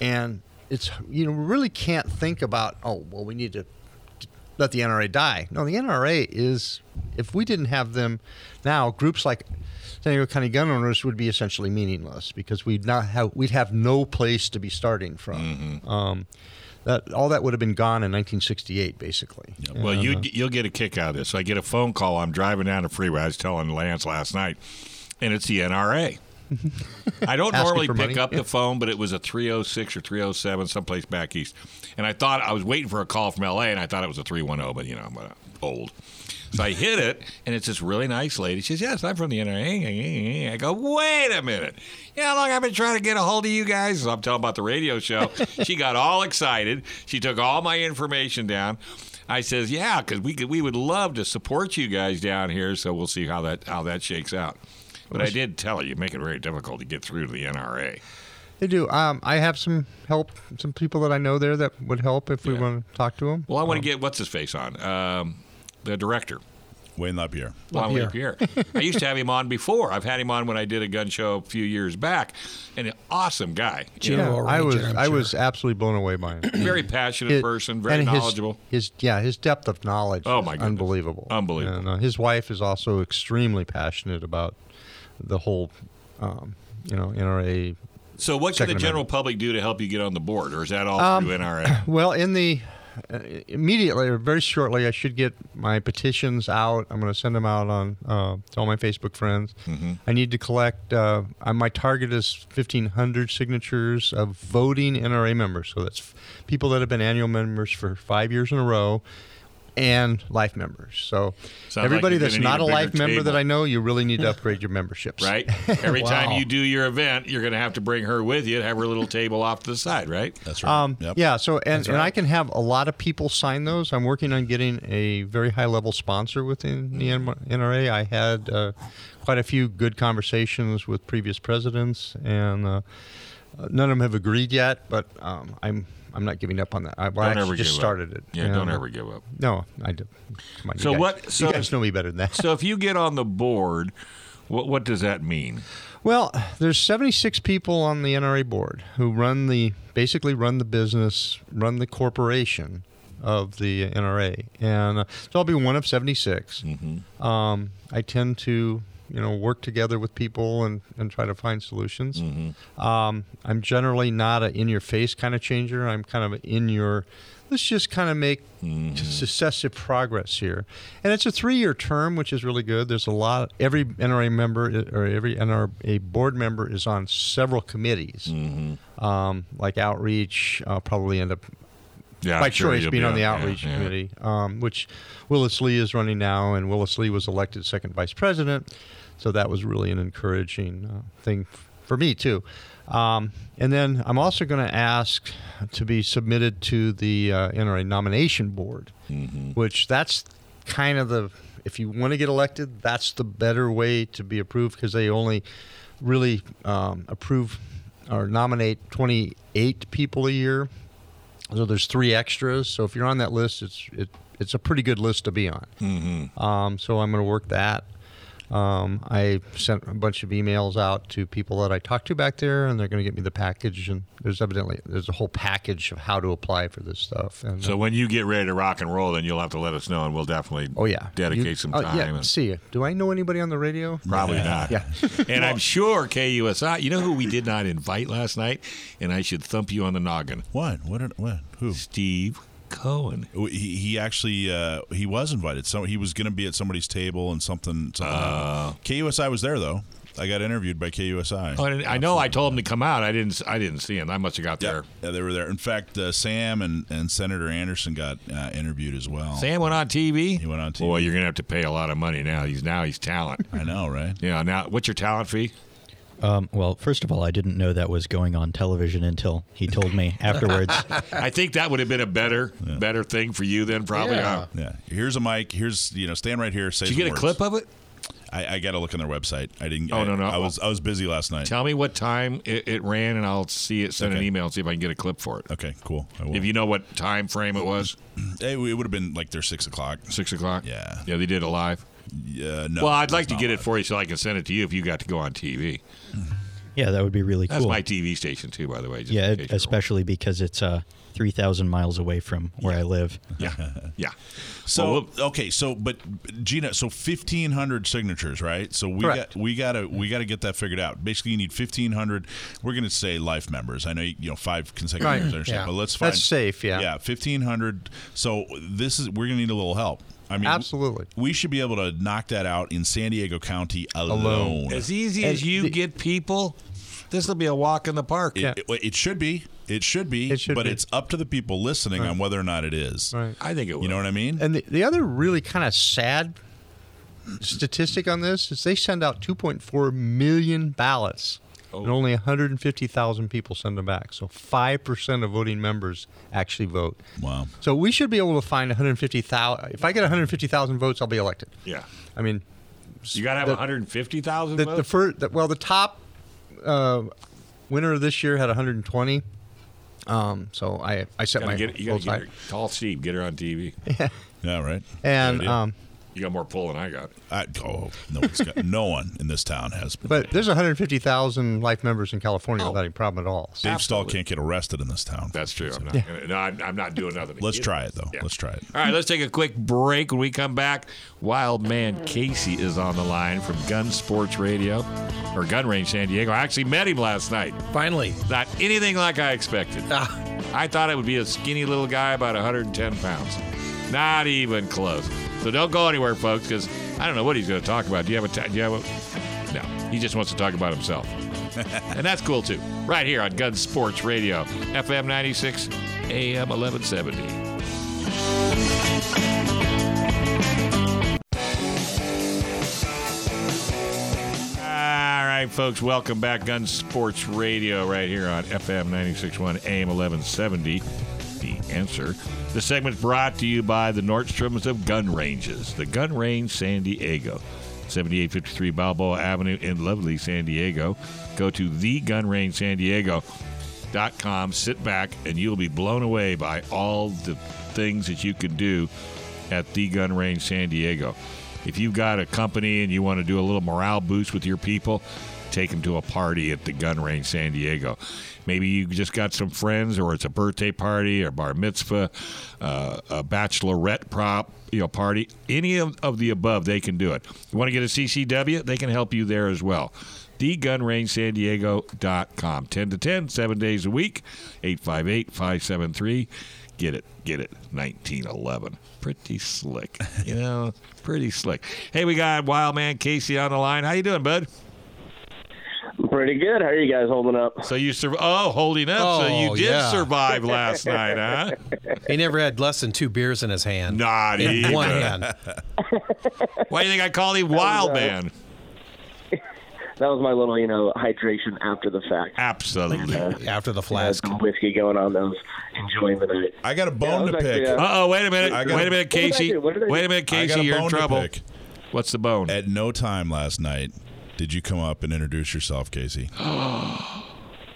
[SPEAKER 7] and it's you know we really can't think about oh well we need to let the NRA die. No, the NRA is if we didn't have them now, groups like San Diego County gun owners would be essentially meaningless because we'd not have we'd have no place to be starting from. Um, that all that would have been gone in 1968, basically.
[SPEAKER 3] Well, you you'll get a kick out of this. I get a phone call. I'm driving down the freeway. I was telling Lance last night, and it's the NRA. I don't
[SPEAKER 7] Asking
[SPEAKER 3] normally
[SPEAKER 7] for
[SPEAKER 3] pick
[SPEAKER 7] money?
[SPEAKER 3] up the phone, but it was a 306 or 307, someplace back east. And I thought I was waiting for a call from LA, and I thought it was a 310, but you know, I'm uh, old. So I hit it, and it's this really nice lady. She says, "Yes, I'm from the NRA." I go, "Wait a minute! You know how long I've been trying to get a hold of you guys?" So I'm telling about the radio show. she got all excited. She took all my information down. I says, "Yeah, because we could, we would love to support you guys down here. So we'll see how that how that shakes out." But I did tell her you make it very difficult to get through to the NRA.
[SPEAKER 7] They do. Um, I have some help, some people that I know there that would help if we want to talk to them.
[SPEAKER 3] Well, I want to get what's his face on um, the director.
[SPEAKER 5] Wayne Lapierre.
[SPEAKER 3] Lon Pierre. I used to have him on before. I've had him on when I did a gun show a few years back, and an awesome guy,
[SPEAKER 8] Jim will
[SPEAKER 7] I
[SPEAKER 8] arrange
[SPEAKER 7] was
[SPEAKER 8] it, I'm
[SPEAKER 7] I
[SPEAKER 8] sure.
[SPEAKER 7] was absolutely blown away by him.
[SPEAKER 3] very passionate
[SPEAKER 7] It-
[SPEAKER 3] person, very
[SPEAKER 7] and his-
[SPEAKER 3] knowledgeable.
[SPEAKER 7] His, yeah, his depth of knowledge.
[SPEAKER 3] Oh,
[SPEAKER 7] is
[SPEAKER 3] my goodness.
[SPEAKER 7] unbelievable,
[SPEAKER 3] Unbelievable.
[SPEAKER 7] And, uh, his wife is also extremely passionate about the whole, um, you know, NRA.
[SPEAKER 3] so, what can the
[SPEAKER 7] Second Um,
[SPEAKER 3] general public do to help you get on the board, or is that all through NRA?
[SPEAKER 7] Well, in the uh, immediately or very shortly, I should get my petitions out. I'm going to send them out on uh, to all my Facebook friends.
[SPEAKER 3] Mm-hmm.
[SPEAKER 7] I need to collect. Uh, uh, my target is 1,500 signatures of voting NRA members. So that's f- people that have been annual members for five years in a row. And life members. So,
[SPEAKER 3] Sounds like
[SPEAKER 7] everybody
[SPEAKER 3] you're
[SPEAKER 7] that's
[SPEAKER 3] gonna need
[SPEAKER 7] not
[SPEAKER 3] a
[SPEAKER 7] a,
[SPEAKER 3] bigger
[SPEAKER 7] life member that
[SPEAKER 3] table.
[SPEAKER 7] I know, you really need to upgrade your memberships.
[SPEAKER 3] Right. Every time you do your event, you're going to have to bring her with you, have her little table off to the side, right?
[SPEAKER 5] That's right.
[SPEAKER 7] Um,
[SPEAKER 5] Yep.
[SPEAKER 7] Yeah. So, and, and I can have a lot of people sign those. I'm working on getting a very high level sponsor within the N- NRA. I had uh, quite a few good conversations with previous presidents, and uh, none of them have agreed yet. But um, I'm I'm not giving up on that. I, well, I
[SPEAKER 3] Don't ever
[SPEAKER 7] actually just
[SPEAKER 3] give up.
[SPEAKER 7] started it.
[SPEAKER 3] Yeah,
[SPEAKER 7] and-
[SPEAKER 3] don't ever give up.
[SPEAKER 7] No, I do. Come on, you
[SPEAKER 3] So
[SPEAKER 7] guys-
[SPEAKER 3] what- so-
[SPEAKER 7] you guys know me better than that.
[SPEAKER 3] So, if you get on the board, what what does that mean?
[SPEAKER 7] Well, there's 76 people on the NRA board who run the basically run the business, run the corporation of the NRA, and uh, so I'll be one of 76. Um, I tend to you know work together with people and, and try to find solutions. Um, I'm generally not an in your face kind of changer. I'm kind of in your let's just kind of make successive progress here. And it's a three-year term, which is really good. There's a lot. Every NRA member i- or every NRA board member is on several committees, um, like outreach. I'll probably end up
[SPEAKER 3] Yeah,
[SPEAKER 7] by
[SPEAKER 3] I'm sure
[SPEAKER 7] choice
[SPEAKER 3] you'll
[SPEAKER 7] being
[SPEAKER 3] be
[SPEAKER 7] on the
[SPEAKER 3] yeah,
[SPEAKER 7] outreach
[SPEAKER 3] yeah.
[SPEAKER 7] committee, um, which Willis Lee is running now, and Willis Lee was elected second vice president, so that was really an encouraging uh, thing f- for me too. Um, and then I'm also going to ask to be submitted to the uh, NRA nomination board,
[SPEAKER 3] Mm-hmm.
[SPEAKER 7] which that's kind of the if you want to get elected, that's the better way to be approved because they only really um, approve or nominate 28 people a year so there's three extras. So if you're on that list, it's it, it's a pretty good list to be on. Mm-hmm. Um, so I'm going to work that. Um, I sent a bunch of emails out to people that I talked to back there, and they're going to get me the package. And there's evidently there's a whole package of how to apply for this stuff. And
[SPEAKER 3] So when you get ready to rock and roll, then you'll have to let us know, and we'll definitely
[SPEAKER 7] oh yeah,
[SPEAKER 3] dedicate
[SPEAKER 7] You-
[SPEAKER 3] some
[SPEAKER 7] oh,
[SPEAKER 3] time.
[SPEAKER 7] yeah,
[SPEAKER 3] and-
[SPEAKER 7] see, do I know anybody on the radio?
[SPEAKER 3] Probably not.
[SPEAKER 7] Yeah.
[SPEAKER 3] And I'm sure KUSI, you know who we did not invite last night? And I should thump you on the noggin.
[SPEAKER 5] What? What? did- What? Who?
[SPEAKER 3] Steve Cohen.
[SPEAKER 5] He, he actually uh, he was invited. So he was going to be at somebody's table and something. something
[SPEAKER 7] Oh.
[SPEAKER 5] happened. KUSI was there though. I got interviewed by KUSI.
[SPEAKER 3] Oh, and I know I told him to come out. I didn't I didn't see him. I must have got
[SPEAKER 5] Yeah,
[SPEAKER 3] there.
[SPEAKER 5] yeah, they were there. In fact, uh, Sam and, and Senator Anderson got uh, interviewed as well.
[SPEAKER 3] Sam went on TV.
[SPEAKER 5] He went on TV.
[SPEAKER 3] Boy, you're gonna have to pay a lot of money now. He's now he's talent.
[SPEAKER 5] I know, right?
[SPEAKER 3] yeah. Now, what's your talent fee?
[SPEAKER 6] Um, well, first of all, I didn't know that was going on television until he told me afterwards.
[SPEAKER 3] I think that would have been a better better thing for you then, probably. huh?
[SPEAKER 5] Yeah. Here's a mic. Here's you know, stand right here. Say
[SPEAKER 3] Did you
[SPEAKER 5] some
[SPEAKER 3] get a
[SPEAKER 5] words.
[SPEAKER 3] clip of it?
[SPEAKER 5] I, I got to look on their website. I didn't.
[SPEAKER 3] Oh,
[SPEAKER 5] I,
[SPEAKER 3] no, no.
[SPEAKER 5] I was I was busy last night.
[SPEAKER 3] Tell me what time it, it ran, and I'll see it. Send an
[SPEAKER 5] Okay.
[SPEAKER 3] email and see if I can get a clip for it.
[SPEAKER 5] okay, cool. I will.
[SPEAKER 3] If you know what time frame it was,
[SPEAKER 5] Hey, it would have been like their six o'clock.
[SPEAKER 3] six o'clock.
[SPEAKER 5] Yeah.
[SPEAKER 3] yeah, they did it live.
[SPEAKER 5] Yeah, no.
[SPEAKER 3] well, I'd like
[SPEAKER 5] it's
[SPEAKER 3] to
[SPEAKER 5] not
[SPEAKER 3] get it
[SPEAKER 5] live.
[SPEAKER 3] for you so I can send it to you if you got to go on TV.
[SPEAKER 6] yeah, that would be really
[SPEAKER 3] That's
[SPEAKER 6] cool.
[SPEAKER 3] my TV station too, by the way. Just
[SPEAKER 6] yeah,
[SPEAKER 3] in case
[SPEAKER 6] it,
[SPEAKER 3] you're-
[SPEAKER 6] especially because it's uh, three thousand miles away from where I live.
[SPEAKER 3] Yeah, yeah.
[SPEAKER 5] So
[SPEAKER 3] Well,
[SPEAKER 5] okay, so but Gina, so fifteen hundred signatures, right? So we
[SPEAKER 7] Correct.
[SPEAKER 5] got we gotta we gotta get that figured out. Basically, you need fifteen hundred. We're gonna say life members. I know you, you know five consecutive
[SPEAKER 7] Right.
[SPEAKER 5] years, I understand,
[SPEAKER 7] Yeah.
[SPEAKER 5] but let's find
[SPEAKER 7] That's safe, yeah.
[SPEAKER 5] yeah, fifteen hundred. So this is we're gonna need a little help. I mean,
[SPEAKER 7] Absolutely.
[SPEAKER 5] we should be able to knock that out in San Diego County alone.
[SPEAKER 3] as easy
[SPEAKER 7] And
[SPEAKER 3] as you
[SPEAKER 7] the-
[SPEAKER 3] get people, this will be a walk in the park.
[SPEAKER 7] Yeah.
[SPEAKER 5] It, it should be. It should be.
[SPEAKER 7] It should
[SPEAKER 5] but
[SPEAKER 7] be.
[SPEAKER 5] it's up to the people listening on whether or not it is.
[SPEAKER 7] Right.
[SPEAKER 3] I think it. Will.
[SPEAKER 5] You know what I mean?
[SPEAKER 7] And the, the other really kind of sad statistic on this is they send out 2.4 million ballots,
[SPEAKER 3] Oh.
[SPEAKER 7] and only 150,000 people send them back. So 5% of voting members actually vote.
[SPEAKER 5] wow.
[SPEAKER 7] So we should be able to find 150,000. If I get 150,000 votes, I'll be elected.
[SPEAKER 3] Yeah,
[SPEAKER 7] I mean,
[SPEAKER 3] you got to have
[SPEAKER 7] The-
[SPEAKER 3] one hundred and fifty thousand
[SPEAKER 7] the, the
[SPEAKER 3] votes.
[SPEAKER 7] first, the, well, the top uh, winner of this year had 120. Um, so I, I set
[SPEAKER 3] Gotta
[SPEAKER 7] my
[SPEAKER 3] get- you got
[SPEAKER 7] goals
[SPEAKER 3] to
[SPEAKER 7] high.
[SPEAKER 3] get her, call Steve, get her on TV.
[SPEAKER 5] Yeah. Right.
[SPEAKER 7] and
[SPEAKER 5] Good idea.
[SPEAKER 7] um,
[SPEAKER 3] You got more pull than I got.
[SPEAKER 5] I, oh, no one's got, no one in this town has.
[SPEAKER 7] But there's 150,000 life members in California
[SPEAKER 8] Oh.
[SPEAKER 7] without any problem at all.
[SPEAKER 5] Dave Stahl can't get arrested in this town.
[SPEAKER 3] That's true. I'm not. Gonna, no, I'm, I'm not doing nothing.
[SPEAKER 5] Let's try it though.
[SPEAKER 3] Yeah.
[SPEAKER 5] Let's try it.
[SPEAKER 3] All right, let's take a quick break. When we come back, Wild Man Casey is on the line from Gun Sports Radio or Gun Range San Diego. I actually met him last night.
[SPEAKER 4] Finally.
[SPEAKER 3] Not anything like I expected. I thought it would be a skinny little guy about 110 pounds. Not even close. So don't go anywhere, folks, because I don't know what he's going to talk about. Do you have a? T- do you have a? No, he just wants to talk about himself, and that's cool too. Right here on Gun Sports Radio, FM 96, AM 1170. All right, folks, welcome back. Gun Sports Radio right here on FM 96.1 AM 1170. The answer. This segment's brought to you by the Nordstroms of Gun Ranges, the Gun Range San Diego, 7853 Balboa Avenue in lovely San Diego. Go to thegunrangesandiego.com, sit back, and you'll be blown away by all the things that you can do at the Gun Range San Diego. If you've got a company and you want to do a little morale boost with your people, take them to a party at the Gun Range San Diego. Maybe you just got some friends, or it's a birthday party, or bar mitzvah, uh, a bachelorette prop, you know, party. Any of, of the above, they can do it. You want to get a CCW? They can help you there as well. TheGunRangeSanDiego.com. 10 to 10, seven days a week, 858 573 Get it, get it. 1911. Pretty slick, you know. Pretty slick. Hey, we got Wild Man Casey on the line. How you doing, bud?
[SPEAKER 8] Pretty good. How are you guys holding up?
[SPEAKER 3] So you sur- Oh, holding up. so you
[SPEAKER 4] Oh,
[SPEAKER 3] did
[SPEAKER 4] yeah.
[SPEAKER 3] survive last night, huh?
[SPEAKER 4] He never had less than two beers in his hand.
[SPEAKER 3] Not
[SPEAKER 4] in
[SPEAKER 3] even.
[SPEAKER 4] one hand.
[SPEAKER 3] Why do you think I called him Wild
[SPEAKER 8] uh,
[SPEAKER 3] Man?
[SPEAKER 8] That was my little, you know, hydration after the fact.
[SPEAKER 3] Absolutely. Uh
[SPEAKER 4] After the
[SPEAKER 8] I had
[SPEAKER 4] flask.
[SPEAKER 8] some whiskey going on. I was enjoying the night.
[SPEAKER 5] I got a bone
[SPEAKER 8] Yeah, I
[SPEAKER 5] to
[SPEAKER 8] was
[SPEAKER 5] pick.
[SPEAKER 8] actually, uh,
[SPEAKER 3] oh, wait a minute.
[SPEAKER 5] I got-
[SPEAKER 3] Wait a minute,
[SPEAKER 8] did I do?
[SPEAKER 3] Casey.
[SPEAKER 8] What did I do?
[SPEAKER 3] Wait a minute,
[SPEAKER 5] I got
[SPEAKER 3] Casey.
[SPEAKER 5] a
[SPEAKER 3] You're in
[SPEAKER 5] bone to
[SPEAKER 3] trouble.
[SPEAKER 5] pick.
[SPEAKER 3] What's the bone?
[SPEAKER 5] At no time last night did you come up and introduce yourself, Casey.
[SPEAKER 3] Uh,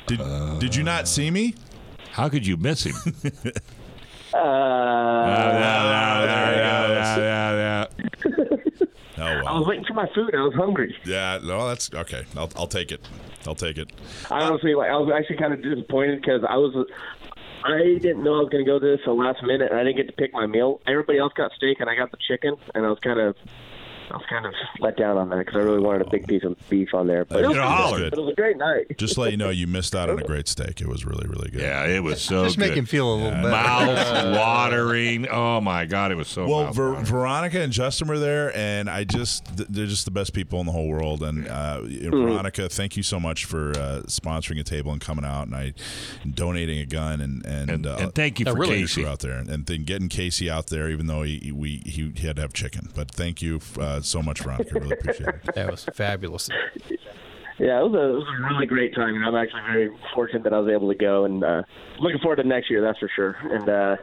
[SPEAKER 5] Did, did you not see me?
[SPEAKER 3] How could you miss him?
[SPEAKER 8] Uh,
[SPEAKER 3] No, no, no,
[SPEAKER 5] there
[SPEAKER 3] no,
[SPEAKER 5] he goes.
[SPEAKER 3] no, no, no.
[SPEAKER 5] Oh
[SPEAKER 8] I was
[SPEAKER 5] well.
[SPEAKER 8] waiting for my food. I was hungry.
[SPEAKER 5] Yeah, no, that's okay. I'll, I'll take it. I'll take it.
[SPEAKER 8] I honestly, like, I was actually kind of disappointed because I was, I didn't know I was going to go to this the last minute, and I didn't get to pick my meal. Everybody else got steak, and I got the chicken, and I was kind of, I was kind of let down on that because I really wanted a big piece of beef on there. But it was,
[SPEAKER 3] You're hollered.
[SPEAKER 8] but it was a great night.
[SPEAKER 5] Just to let you know, you missed out on a great steak. It was really, really good.
[SPEAKER 3] Yeah, it was so
[SPEAKER 7] Just
[SPEAKER 3] good.
[SPEAKER 7] make him feel a little better.
[SPEAKER 3] mouth watering. Oh my God, it was so.
[SPEAKER 5] Well,
[SPEAKER 3] mouth
[SPEAKER 5] Ver-
[SPEAKER 3] watering.
[SPEAKER 5] Veronica and Justin were there, and I just th- they're just the best people in the whole world. And uh, Veronica, thank you so much for uh, sponsoring a table and coming out and I and donating a gun and and,
[SPEAKER 3] and,
[SPEAKER 5] uh,
[SPEAKER 3] and thank you for
[SPEAKER 4] really
[SPEAKER 3] Casey.
[SPEAKER 5] Casey out there and then getting Casey out there, even though he we he, he had to have chicken. But thank you uh, so much, Veronica. Really appreciate it.
[SPEAKER 4] That was fabulous.
[SPEAKER 8] Yeah, it was a, it was a really great time, and I'm actually very fortunate that I was able to go, and uh, looking forward to next year, that's for sure. And uh,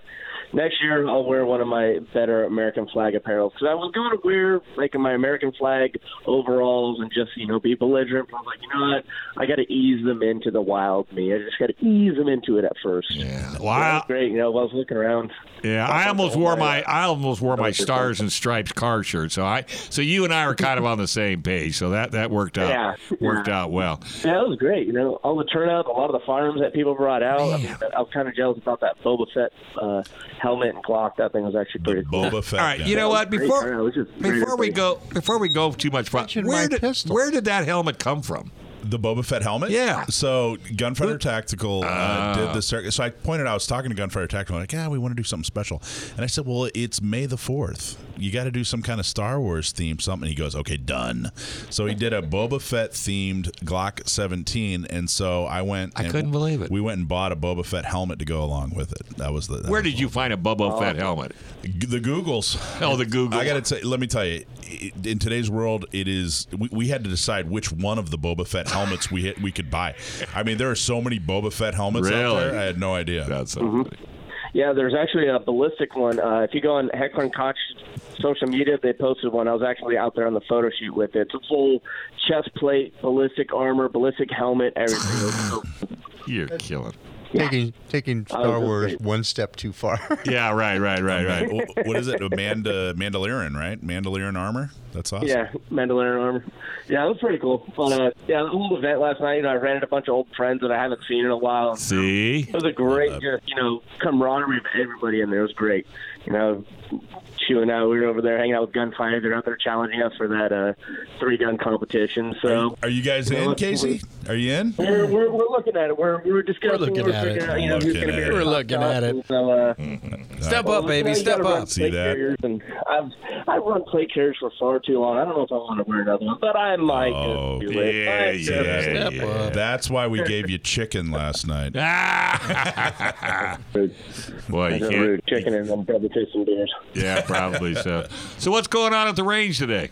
[SPEAKER 8] next year, I'll wear one of my better American flag apparel because I was going to wear like my American flag overalls and just you know be belligerent. But I was like, you know what? I got to ease them into the wild me. I just got to ease them into it at first.
[SPEAKER 3] Yeah.
[SPEAKER 8] That
[SPEAKER 3] Wow.
[SPEAKER 8] was great. You know, while I was looking around.
[SPEAKER 3] Yeah, I almost
[SPEAKER 8] Oh,
[SPEAKER 3] wore
[SPEAKER 8] my
[SPEAKER 3] my I almost wore my
[SPEAKER 8] Those are
[SPEAKER 3] stars and stripes car shirt. So I so you and I were kind of on the same page. So that that worked out
[SPEAKER 8] Yeah.
[SPEAKER 3] worked out well.
[SPEAKER 8] Yeah, it was great. You know, all the turnout, a lot of the firearms that people brought out. I, mean, I was kind of jealous about that Boba Fett uh, helmet and clock. That thing was actually pretty cool.
[SPEAKER 5] Boba Fett.
[SPEAKER 3] All right,
[SPEAKER 5] guy.
[SPEAKER 3] you know what?
[SPEAKER 8] Great turnout.
[SPEAKER 3] Before
[SPEAKER 8] It was just great
[SPEAKER 3] before we
[SPEAKER 8] everything.
[SPEAKER 3] go before we go too much, far-
[SPEAKER 7] Mention
[SPEAKER 3] where
[SPEAKER 7] my
[SPEAKER 3] did
[SPEAKER 7] pistol.
[SPEAKER 3] where did that helmet come from?
[SPEAKER 5] The Boba Fett helmet?
[SPEAKER 3] Yeah.
[SPEAKER 5] So Gunfighter Tactical uh,
[SPEAKER 3] Ah.
[SPEAKER 5] did the circuit. So I pointed out, I was talking to Gunfighter Tactical, like, yeah, we want to do something special. And I said, well, it's May the 4th. You got to do some kind of Star Wars theme something. He goes, okay, done. So he did a Boba Fett themed Glock 17. And so I went.
[SPEAKER 3] I
[SPEAKER 5] and
[SPEAKER 3] couldn't believe it.
[SPEAKER 5] We went and bought a Boba Fett helmet to go along with it. That was the. that
[SPEAKER 3] Where
[SPEAKER 5] was
[SPEAKER 3] did you find a
[SPEAKER 8] Oh,
[SPEAKER 3] Boba Fett helmet?
[SPEAKER 5] G- the Googles.
[SPEAKER 3] Oh, the Google.
[SPEAKER 5] I gotta tell. Let me tell you, i- in today's world, it is we, we had to decide which one of the Boba Fett helmets we hit, we could buy. I mean, there are so many Boba Fett helmets out
[SPEAKER 3] Really?
[SPEAKER 5] there. I had no idea.
[SPEAKER 3] That's
[SPEAKER 8] Mm-hmm. Yeah, there's actually a ballistic one. Uh, if you go on Heckler and Koch's social media, they posted one. I was actually out there on the photo shoot with it. It's a full chest plate, ballistic armor, ballistic helmet, everything. It was so
[SPEAKER 3] you're killing.
[SPEAKER 7] Taking taking Star
[SPEAKER 8] that's
[SPEAKER 7] Wars
[SPEAKER 8] great.
[SPEAKER 7] one step too far.
[SPEAKER 3] Yeah, right, right, right, right.
[SPEAKER 5] Right. Wh- what is it? Amanda Mandalorian, right? Mandalorian armor. That's awesome.
[SPEAKER 8] Yeah, Mandalorian armor. Yeah, it was pretty cool. But uh, yeah, the whole event last night, you know, I ran into a bunch of old friends that I haven't seen in a while.
[SPEAKER 3] See,
[SPEAKER 8] It was a great, just you know, camaraderie of everybody in there. It was great. You know, Chew and I, we were over there hanging out with gunfighters. They're out there challenging us for that uh, three gun competition. So
[SPEAKER 5] Are you guys in,
[SPEAKER 8] let's-
[SPEAKER 5] Casey? Are you in?
[SPEAKER 8] we're, we're, we're looking at it. We're, we're discussing.
[SPEAKER 4] Mm. We're looking at it.
[SPEAKER 8] figuring out, you know,
[SPEAKER 5] We're
[SPEAKER 8] who's
[SPEAKER 5] looking
[SPEAKER 8] gonna be
[SPEAKER 5] at
[SPEAKER 8] the
[SPEAKER 5] it.
[SPEAKER 4] We're
[SPEAKER 8] top
[SPEAKER 4] looking
[SPEAKER 8] dog.
[SPEAKER 4] at it.
[SPEAKER 8] And So, uh,
[SPEAKER 4] Step
[SPEAKER 8] well,
[SPEAKER 4] up,
[SPEAKER 8] you
[SPEAKER 4] baby.
[SPEAKER 8] know, you
[SPEAKER 4] Step
[SPEAKER 8] gotta run
[SPEAKER 4] up.
[SPEAKER 5] Mm. See
[SPEAKER 8] plate
[SPEAKER 5] that?
[SPEAKER 8] carriers, And I've I've run plate carriers for far too long. I don't know if I want to wear another one, but I might
[SPEAKER 5] Oh,
[SPEAKER 8] just do it.
[SPEAKER 3] yeah,
[SPEAKER 8] I just-
[SPEAKER 3] yeah,
[SPEAKER 4] Step
[SPEAKER 3] yeah.
[SPEAKER 4] up.
[SPEAKER 5] That's why we gave you chicken last night.
[SPEAKER 3] Ah! Boy, you
[SPEAKER 8] That's a
[SPEAKER 3] can't.
[SPEAKER 8] rude chicken and then probably taste some beers.
[SPEAKER 3] Yeah, probably so. So what's going on at the range today?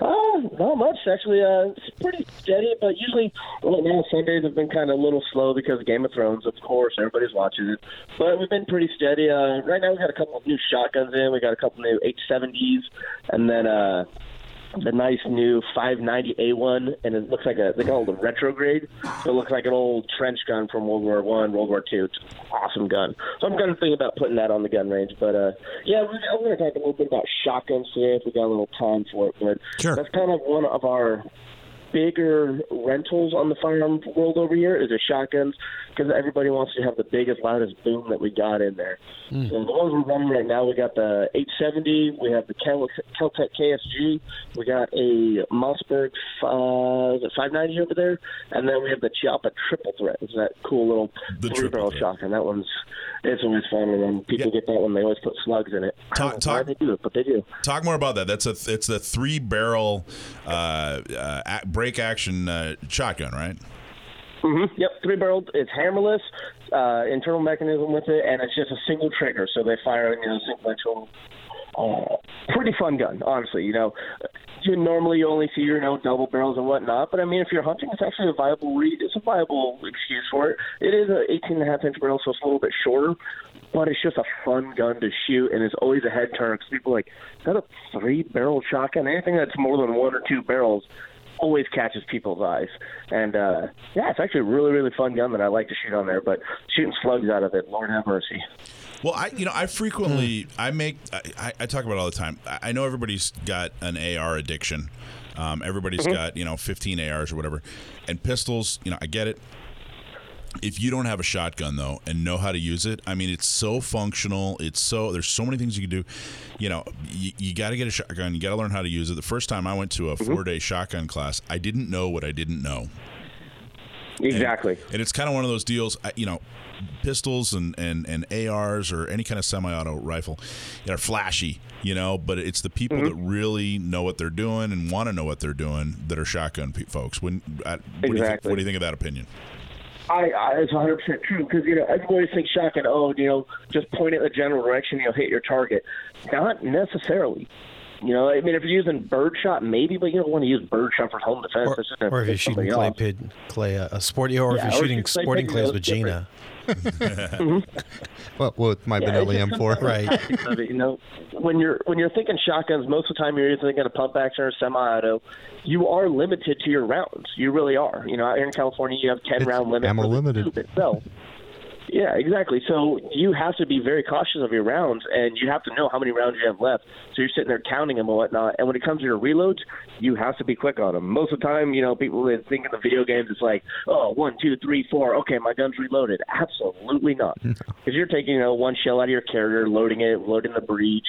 [SPEAKER 8] Oh, not much actually. Uh, it's pretty steady, but usually right now Sundays have been kind of a little slow because of Game of Thrones. Of course, everybody's watching it, but we've been pretty steady. Uh, right now, we got a couple of new shotguns in. We got a couple new H70s, and then uh, the nice new 590A1, and it looks like a they call it a retrograde. So it looks like an old trench gun from World War One, World War Two. It's an awesome gun. So I'm kind of thinking about putting that on the gun range. But uh, yeah, we're, I'm going to talk a little bit about shotguns today if we got a little time for it. But
[SPEAKER 3] Sure.
[SPEAKER 8] that's kind of one of our bigger rentals on the firearm world over here is the shotguns because everybody wants to have the biggest, loudest boom that we got in there.
[SPEAKER 5] Hmm.
[SPEAKER 8] So the ones we're running right now, we got the 870, we have the Kel- Keltec KSG, we got a Mossberg uh, is it 590 over there, and then we have the Chiappa Triple Threat. It's that cool little
[SPEAKER 5] The
[SPEAKER 8] three
[SPEAKER 5] Triple
[SPEAKER 8] barrel
[SPEAKER 5] Threat.
[SPEAKER 8] shotgun. That one's it's always fun, and when people
[SPEAKER 5] Yeah.
[SPEAKER 8] get that one, they always put slugs in it.
[SPEAKER 5] Talk-
[SPEAKER 8] I don't know why
[SPEAKER 5] talk-
[SPEAKER 8] they do it, but they do.
[SPEAKER 5] Talk more about that. That's a it's a three barrel uh, uh, ac- break action uh, shotgun, right?
[SPEAKER 8] hmm Yep, three barreled. It's hammerless, uh, internal mechanism with it, and it's just a single trigger. So they fire you know sequential. Uh, pretty fun gun, honestly. You know, you normally only see you know double barrels and whatnot, but I mean, if you're hunting, it's actually a viable read. It's a viable excuse for it. It is an 18 and a half inch barrel, so it's a little bit shorter, but it's just a fun gun to shoot, and it's always a head turn. 'cause people are like "Is that a three barrel shotgun. Anything that's more than one or two barrels always catches people's eyes. And uh, yeah, it's actually a really, really fun gun that I like to shoot on there. But shooting slugs out of it, Lord have mercy.
[SPEAKER 5] Well, I you know I frequently I make I- I, I talk about it all the time. I, I know everybody's got an AR addiction. Um, everybody's got you know 15 ARs or whatever, and pistols. You know I get it. If you don't have a shotgun though and know how to use it, I mean it's so functional. It's so there's so many things you can do. You know you, you got to get a shotgun. You got to learn how to use it. The first time I went to a four day shotgun class, I didn't know what I didn't know.
[SPEAKER 8] Exactly.
[SPEAKER 5] And it's kind of one of those deals, I- you know, pistols and, and, and ARs or any kind of semi-auto rifle are flashy, you know, but it's the people
[SPEAKER 8] Mm-hmm.
[SPEAKER 5] that really know what they're doing and want to know what they're doing that are shotgun pe- folks. When, I, what, do you think,
[SPEAKER 8] Exactly.
[SPEAKER 5] what do you think of that opinion?
[SPEAKER 8] I, I it's 100 percent true because you know everybody thinks shotgun. Oh, you know, just point it in the general direction, you'll hit your target. Not necessarily. You know, I mean, if you're using birdshot, maybe, but you don't want to use birdshot for home defense.
[SPEAKER 4] Or,
[SPEAKER 8] It's just gonna
[SPEAKER 4] or if you're
[SPEAKER 8] piss
[SPEAKER 4] shooting
[SPEAKER 8] somebody
[SPEAKER 4] clay
[SPEAKER 8] off.
[SPEAKER 4] pit, clay uh, a sporty, or if
[SPEAKER 8] Yeah, or
[SPEAKER 4] you're
[SPEAKER 8] if
[SPEAKER 4] shooting
[SPEAKER 8] you're clay
[SPEAKER 4] sporting
[SPEAKER 8] pit,
[SPEAKER 4] clays
[SPEAKER 8] that's
[SPEAKER 4] with Gina,
[SPEAKER 7] What with my
[SPEAKER 8] Yeah,
[SPEAKER 7] Benelli
[SPEAKER 8] it's just
[SPEAKER 7] M4?
[SPEAKER 8] sometimes the tactics of it, you know, when you're when you're thinking shotguns, most of the time you're either thinking a pump action or semi-auto. You are limited to your rounds. You really are. You know, out here in California, you have ten
[SPEAKER 7] It's
[SPEAKER 8] round limit.
[SPEAKER 7] ammo
[SPEAKER 8] for the
[SPEAKER 7] limited.
[SPEAKER 8] tube Itself. Yeah, exactly. So you have to be very cautious of your rounds, and you have to know how many rounds you have left. So you're sitting there counting them and whatnot. And when it comes to your reloads, you have to be quick on them. Most of the time, you know, people that think in the video games, it's like, oh, one, two, three, four. Okay, my gun's reloaded. Absolutely not, because you're taking you know one shell out of your carrier, loading it, loading the breech.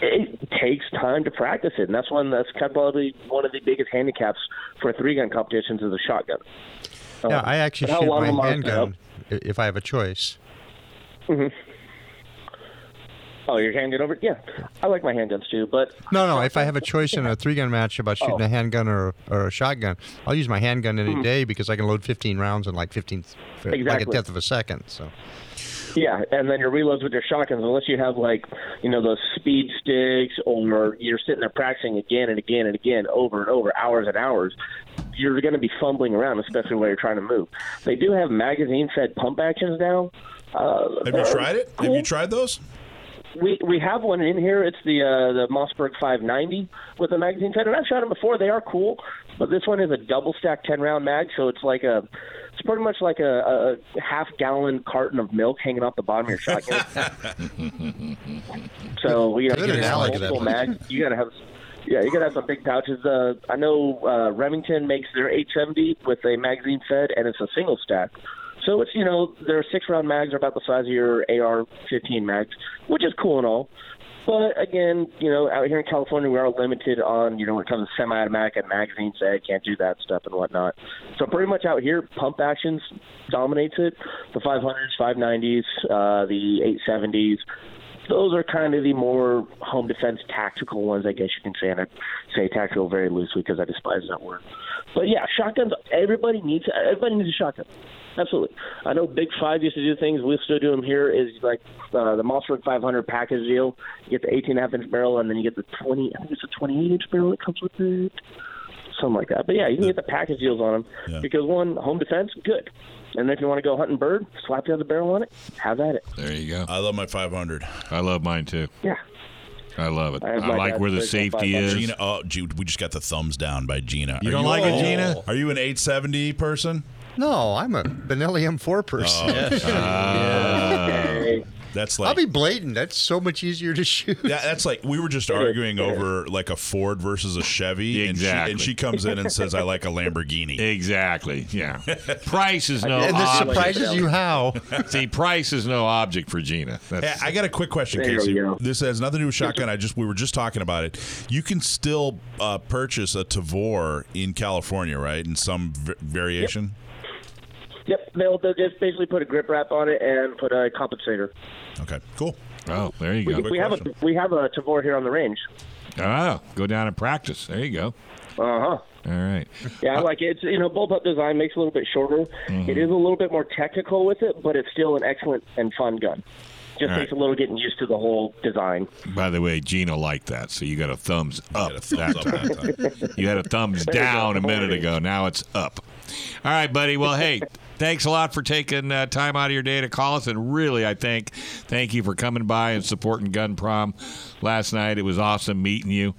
[SPEAKER 8] It takes time to practice it, and that's one that's probably one of the biggest handicaps for three gun competitions is a shotgun.
[SPEAKER 7] Yeah,
[SPEAKER 8] Um,
[SPEAKER 7] I actually
[SPEAKER 8] but how
[SPEAKER 7] shoot
[SPEAKER 8] long
[SPEAKER 7] my
[SPEAKER 8] am I-
[SPEAKER 7] handgun i- if I have a choice.
[SPEAKER 8] Oh, your handgun over? Yeah, I like my handguns too, but
[SPEAKER 7] No, no. If I have a choice in a three-gun match about
[SPEAKER 8] Oh.
[SPEAKER 7] shooting a handgun or, or a shotgun, I'll use my handgun any day because I can load 15 rounds in like 15, f- like a
[SPEAKER 8] Hmm. Exactly.
[SPEAKER 7] tenth of a second. So
[SPEAKER 8] Yeah, and then your reloads with your shotguns, unless you have like, you know, those speed sticks, or you're sitting there practicing again and again and again, over and over, hours and hours, you're going to be fumbling around, especially when you're trying to move. They do have magazine-fed pump actions now. Uh,
[SPEAKER 5] Have you tried it? Have you tried those?
[SPEAKER 8] we we have one in here. It's the uh, the Mossberg 590 with a magazine fed, and I've shot them before. They are cool, but this one is a double stack 10 round mag, so it's like a it's pretty much like a, a half gallon carton of milk hanging off the bottom of your shotgun. so you know,
[SPEAKER 7] Good
[SPEAKER 8] you gotta have
[SPEAKER 7] analogy, that
[SPEAKER 8] multiple
[SPEAKER 7] one.
[SPEAKER 8] mags. You gotta have. Yeah, you gotta have some big pouches. Uh, I know uh, Remington makes their 870 with a magazine fed, and it's a single stack. So it's you know their six round mags are about the size of your AR-15 mags, which is cool and all. But again, you know, out here in California, we are limited on you know when it comes to semi-automatic and magazine fed, can't do that stuff and whatnot. So pretty much out here, pump actions dominates it. The 500s, 590s, uh, the 870s. Those are kind of the more home defense tactical ones, I guess you can say. And I say tactical very loosely because I despise that word. But yeah, shotguns. Everybody needs. Everybody needs a shotgun. Absolutely. I know Big Five used to do things. We still do them here. Is like uh, the Mossberg 500 package deal. You get the 18 and a half inch barrel, and then you get the 20. I think it's a 28 inch barrel that comes with it. Something like that. But yeah, you can get the package deals on them
[SPEAKER 5] Yeah.
[SPEAKER 8] because one, home defense, good. And if you want to go hunting bird, slap the other barrel on it. Have at it.
[SPEAKER 3] There you go.
[SPEAKER 5] I love my 500.
[SPEAKER 3] I love mine too.
[SPEAKER 8] Yeah.
[SPEAKER 3] I love it.
[SPEAKER 8] I
[SPEAKER 3] I,
[SPEAKER 8] have my
[SPEAKER 3] like
[SPEAKER 8] dad's
[SPEAKER 3] where the
[SPEAKER 8] original
[SPEAKER 3] safety is.
[SPEAKER 8] 500.
[SPEAKER 5] Gina, oh, gee, we just got the thumbs down by Gina.
[SPEAKER 3] You
[SPEAKER 5] Are
[SPEAKER 3] don't like it, Gina?
[SPEAKER 5] Are you an 870 person?
[SPEAKER 7] no, I'm a Benelli M4 person.
[SPEAKER 8] Hey.
[SPEAKER 5] That's
[SPEAKER 7] I'll
[SPEAKER 5] like
[SPEAKER 7] be blatant. That's so much easier to shoot.
[SPEAKER 5] Yeah, that's like we were just arguing over like a Ford versus a
[SPEAKER 3] Exactly.
[SPEAKER 5] Chevy, and, she, and she comes in and says, "I like a Lamborghini."
[SPEAKER 3] Exactly. Yeah. Price is no
[SPEAKER 7] and this
[SPEAKER 3] object.
[SPEAKER 7] surprises you how.
[SPEAKER 3] See, price is no object for Gina.
[SPEAKER 5] Hey,
[SPEAKER 3] That's,
[SPEAKER 5] I got a quick question,
[SPEAKER 8] There you
[SPEAKER 5] Casey.
[SPEAKER 8] go.
[SPEAKER 5] This has nothing to do with shotgun. I just we were just talking about it. You can still uh, purchase a Tavor in California, right? In some v- variation.
[SPEAKER 8] Yep, they'll, they'll just basically put a grip wrap on it and put a compensator.
[SPEAKER 5] Okay, cool.
[SPEAKER 3] oh, there you go.
[SPEAKER 5] Quick
[SPEAKER 8] we have a
[SPEAKER 5] question.
[SPEAKER 8] we have a Tavor here on the range.
[SPEAKER 3] Oh, go down and practice. There you go.
[SPEAKER 8] Uh
[SPEAKER 7] Uh-huh.
[SPEAKER 8] huh.
[SPEAKER 3] All right.
[SPEAKER 8] Yeah, I like it. it's you know bullpup design makes it a little bit shorter.
[SPEAKER 7] Mm-hmm.
[SPEAKER 8] It is a little bit more technical with it, but it's still an excellent and fun gun. Just
[SPEAKER 3] All
[SPEAKER 8] takes
[SPEAKER 3] right.
[SPEAKER 8] a little getting used to the whole design.
[SPEAKER 3] By the way, Gina liked that, so you got a thumbs
[SPEAKER 5] I
[SPEAKER 4] Oh,
[SPEAKER 3] up. that
[SPEAKER 5] got a thumbs up
[SPEAKER 3] time.
[SPEAKER 5] that time.
[SPEAKER 3] You had a thumbs
[SPEAKER 8] you go.
[SPEAKER 3] down a minute ago. Now it's up. All right, buddy. Well, hey, thanks a lot for taking uh, time out of your day to call us. And really, I think thank you for coming by and supporting Gun Prom last night. It was awesome meeting you.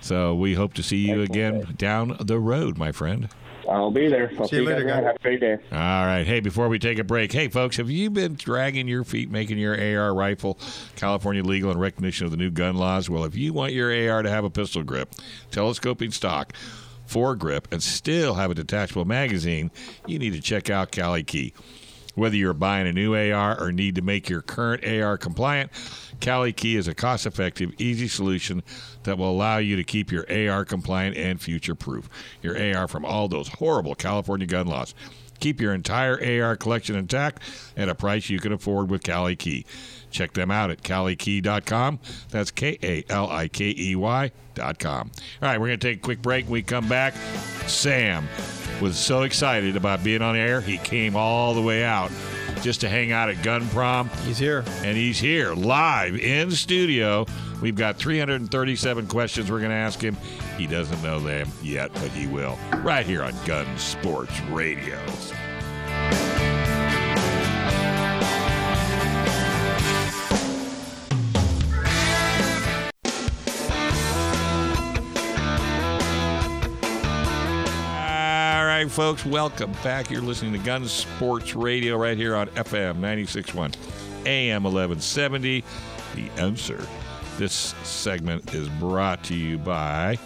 [SPEAKER 3] So we hope to see you again down the road, my friend.
[SPEAKER 8] I'll be there. I'll
[SPEAKER 7] See you later,
[SPEAKER 8] guys.
[SPEAKER 7] guy.
[SPEAKER 8] Have a great day.
[SPEAKER 3] All right. Hey, before we take a break, hey, folks, have you been dragging your feet making your AR rifle California legal in recognition of the new gun laws? Well, if you want your AR to have a pistol grip, telescoping stock, foregrip, and still have a detachable magazine, you need to check out Cali Key. Whether you're buying a new AR or need to make your current AR compliant, Cali Key is a cost effective, easy solution that will allow you to keep your AR compliant and future proof your AR from all those horrible California gun laws. Keep your entire AR collection intact at a price you can afford with Cali Key. Check them out at calikey.com. That's K A L I K E Y.com. All right, we're going to take a quick break. When we come back, Sam was so excited about being on air, he came all the way out just to hang out at Gun Prom
[SPEAKER 4] He's here.
[SPEAKER 3] and he's here live in studio. We've got 337 questions we're going to ask him. He doesn't know them yet, but he will. Right here on Gun Sports Radio. All right, folks, welcome back. You're listening to Gun Sports Radio right here on FM 96.1, AM 1170. The answer. This segment is brought to you by.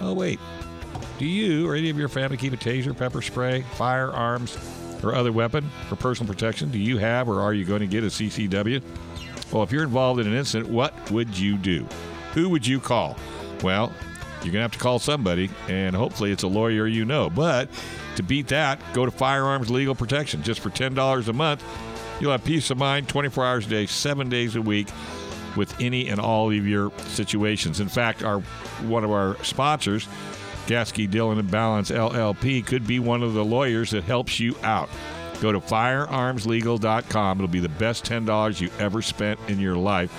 [SPEAKER 3] Oh, wait. Do you or any of your family keep a taser, pepper spray, firearms, or other weapon for personal protection? Do you have or are you going to get a CCW? Well, if you're involved in an incident, what would you do? Who would you call? Well, you're going to have to call somebody, and hopefully it's a lawyer you know. But to beat that, go to Firearms Legal Protection. Just for $10 a month, you'll have peace of mind 24 hours a day, seven days a week with any and all of your situations. In fact, our one of our sponsors, Gasky Dillon and Balance LLP, could be one of the lawyers that helps you out. Go to firearmslegal.com. It'll be the best $10 you ever spent in your life,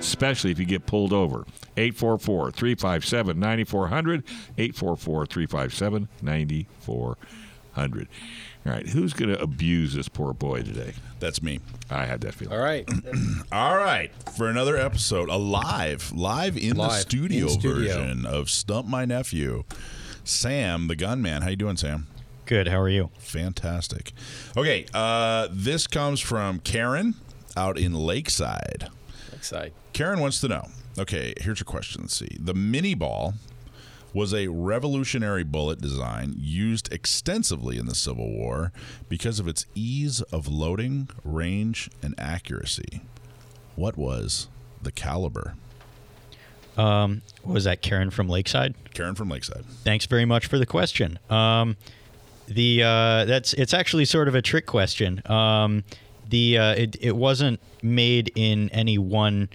[SPEAKER 3] especially if you get pulled over. 844 357 9400. 844 357 9400. All right, who's going to abuse this poor boy today?
[SPEAKER 5] That's me.
[SPEAKER 3] I had that feeling.
[SPEAKER 4] All right.
[SPEAKER 5] All right, for another episode, a live, live in the
[SPEAKER 4] Live, in
[SPEAKER 5] studio,
[SPEAKER 4] studio.
[SPEAKER 5] version of Stump My Nephew, Sam the Gunman. How you doing, Sam?
[SPEAKER 6] Good. How are you?
[SPEAKER 5] Fantastic. Okay, uh, this comes from Karen out in Lakeside.
[SPEAKER 9] Excited.
[SPEAKER 5] Karen wants to know. Okay, here's your question. Let's see. The mini ball was a revolutionary bullet design used extensively in the Civil War because of its ease of loading, range, and accuracy. What was the caliber?
[SPEAKER 6] Um, was that Karen from Lakeside?
[SPEAKER 5] Karen from Lakeside.
[SPEAKER 6] Thanks very much for the question. Um, the uh, that's it's actually sort of a trick question. Um, the uh, it, it wasn't made in any one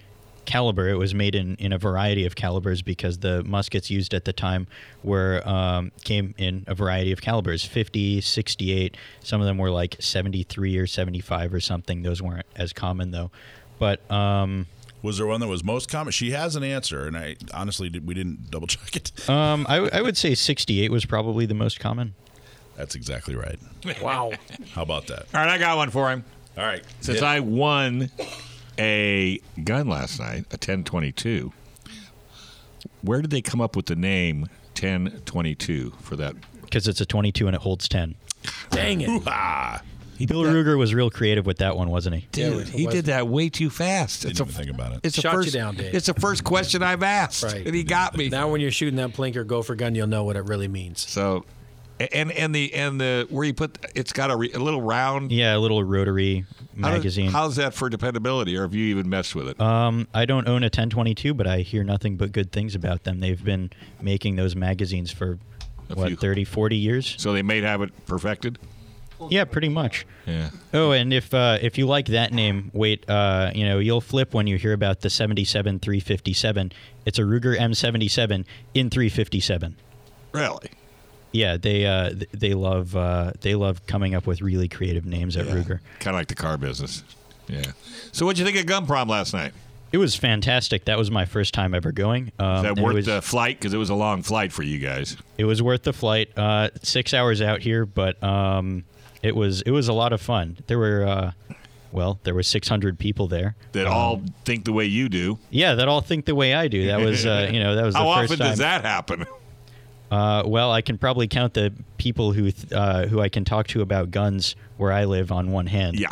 [SPEAKER 6] caliber. It was made in, in a variety of calibers because the muskets used at the time were um, came in a variety of calibers 50 68 some of them were like 73 or 75 or something those weren't as common though but um,
[SPEAKER 5] Was there one that was most common? She has an answer, and I honestly did, we didn't double check it.
[SPEAKER 6] um, I, I would say 68 was probably the most common
[SPEAKER 5] That's exactly right.
[SPEAKER 9] Wow.
[SPEAKER 5] How about that?
[SPEAKER 3] All right, I got one for him.
[SPEAKER 5] All right.
[SPEAKER 3] Since I won a gun last night, a 1022, where did they come up with the name 1022 for that?
[SPEAKER 6] because it's a 22 and it holds 10
[SPEAKER 9] Dang it.
[SPEAKER 5] Ah,
[SPEAKER 3] He
[SPEAKER 6] Bill Ruger was real creative with that one, wasn't he?
[SPEAKER 3] Dude, he did that way too fast.
[SPEAKER 5] Didn't
[SPEAKER 3] It's a,
[SPEAKER 5] even think about it.
[SPEAKER 3] it's the
[SPEAKER 4] Shot you
[SPEAKER 3] first,
[SPEAKER 4] down, Dave.
[SPEAKER 3] It's the first question I've asked,
[SPEAKER 4] Right.
[SPEAKER 3] and he got me.
[SPEAKER 4] Now, when you're shooting that blinker gopher gun, you'll know what it really means.
[SPEAKER 3] So, and and the and the where you put it's got a, re, a little round
[SPEAKER 6] Yeah, a little rotary
[SPEAKER 3] how does-
[SPEAKER 6] magazine.
[SPEAKER 3] how's that for dependability, or have you even messed with it?
[SPEAKER 6] um, I don't own a 1022, but I hear nothing but good things about them. They've been making those magazines for what
[SPEAKER 3] few.
[SPEAKER 6] 30, 40 years.
[SPEAKER 3] so they may have it perfected.
[SPEAKER 6] Yeah, pretty much.
[SPEAKER 3] Yeah.
[SPEAKER 6] Oh, and if uh, if you like that name, wait, uh, you know you'll flip when you hear about the 77 357. It's a Ruger M77 in 357.
[SPEAKER 3] Really?
[SPEAKER 6] Yeah, they uh, th- they love uh, they love coming up with really creative names at Ruger.
[SPEAKER 3] Kind of like the car business. Yeah. So what'd you think of gun prom last night?
[SPEAKER 6] It was fantastic. That was my first time ever going. Um,
[SPEAKER 3] That
[SPEAKER 6] and
[SPEAKER 3] worth
[SPEAKER 6] it was,
[SPEAKER 3] the flight because it was a long flight for you guys.
[SPEAKER 6] It was worth the flight. Uh, six hours out here, but um, it was it was a lot of fun. There were uh, well, there were 600 people there.
[SPEAKER 3] That all think the way you do.
[SPEAKER 6] Yeah, that all think the way I do. That was uh, you know that was the
[SPEAKER 3] How
[SPEAKER 6] first
[SPEAKER 3] often
[SPEAKER 6] time.
[SPEAKER 3] does that happen?
[SPEAKER 6] Uh, well, I can probably count the people who th- uh, who I can talk to about guns where I live on one hand.
[SPEAKER 3] Yeah.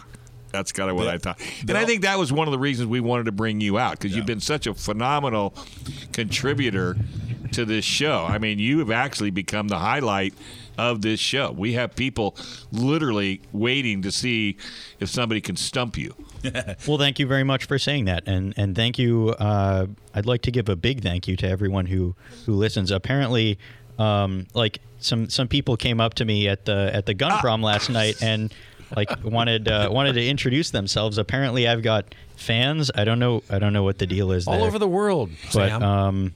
[SPEAKER 3] That's kind of what I thought. And
[SPEAKER 5] they
[SPEAKER 3] I
[SPEAKER 5] all-
[SPEAKER 3] think that was one of the reasons we wanted to bring you out because you've been such a phenomenal contributor to this show. I mean, you have actually become the highlight of this show. We have people literally waiting to see if somebody can stump you.
[SPEAKER 6] Well, thank you very much for saying that, and and thank you. Uh, I'd like to give a big thank you to everyone who who listens. Apparently, um, like some some people came up to me at the at the
[SPEAKER 4] Ah.
[SPEAKER 6] gun prom last night and like wanted uh, wanted to introduce themselves. Apparently, I've got fans. I don't know. I don't know what the deal is.
[SPEAKER 4] All
[SPEAKER 6] there.
[SPEAKER 4] over the world,
[SPEAKER 6] But
[SPEAKER 4] Sam.
[SPEAKER 6] um,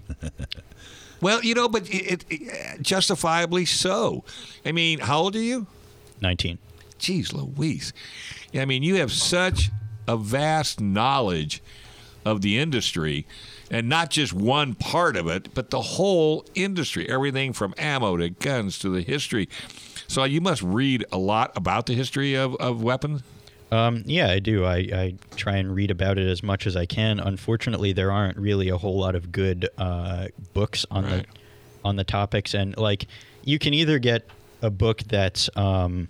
[SPEAKER 3] Well, you know, but it, it, justifiably so. I mean, how old are you?
[SPEAKER 6] nineteen.
[SPEAKER 3] Jeez Louise. I mean, you have such a vast knowledge of the industry and not just one part of it, but the whole industry, everything from ammo to guns to the history. So you must read a lot about the history of, of weapons.
[SPEAKER 6] Um, yeah, I do. I, I try and read about it as much as I can. Unfortunately, there aren't really a whole lot of good uh, books on
[SPEAKER 3] Right.
[SPEAKER 6] the on the topics, and like you can either get a book that's um,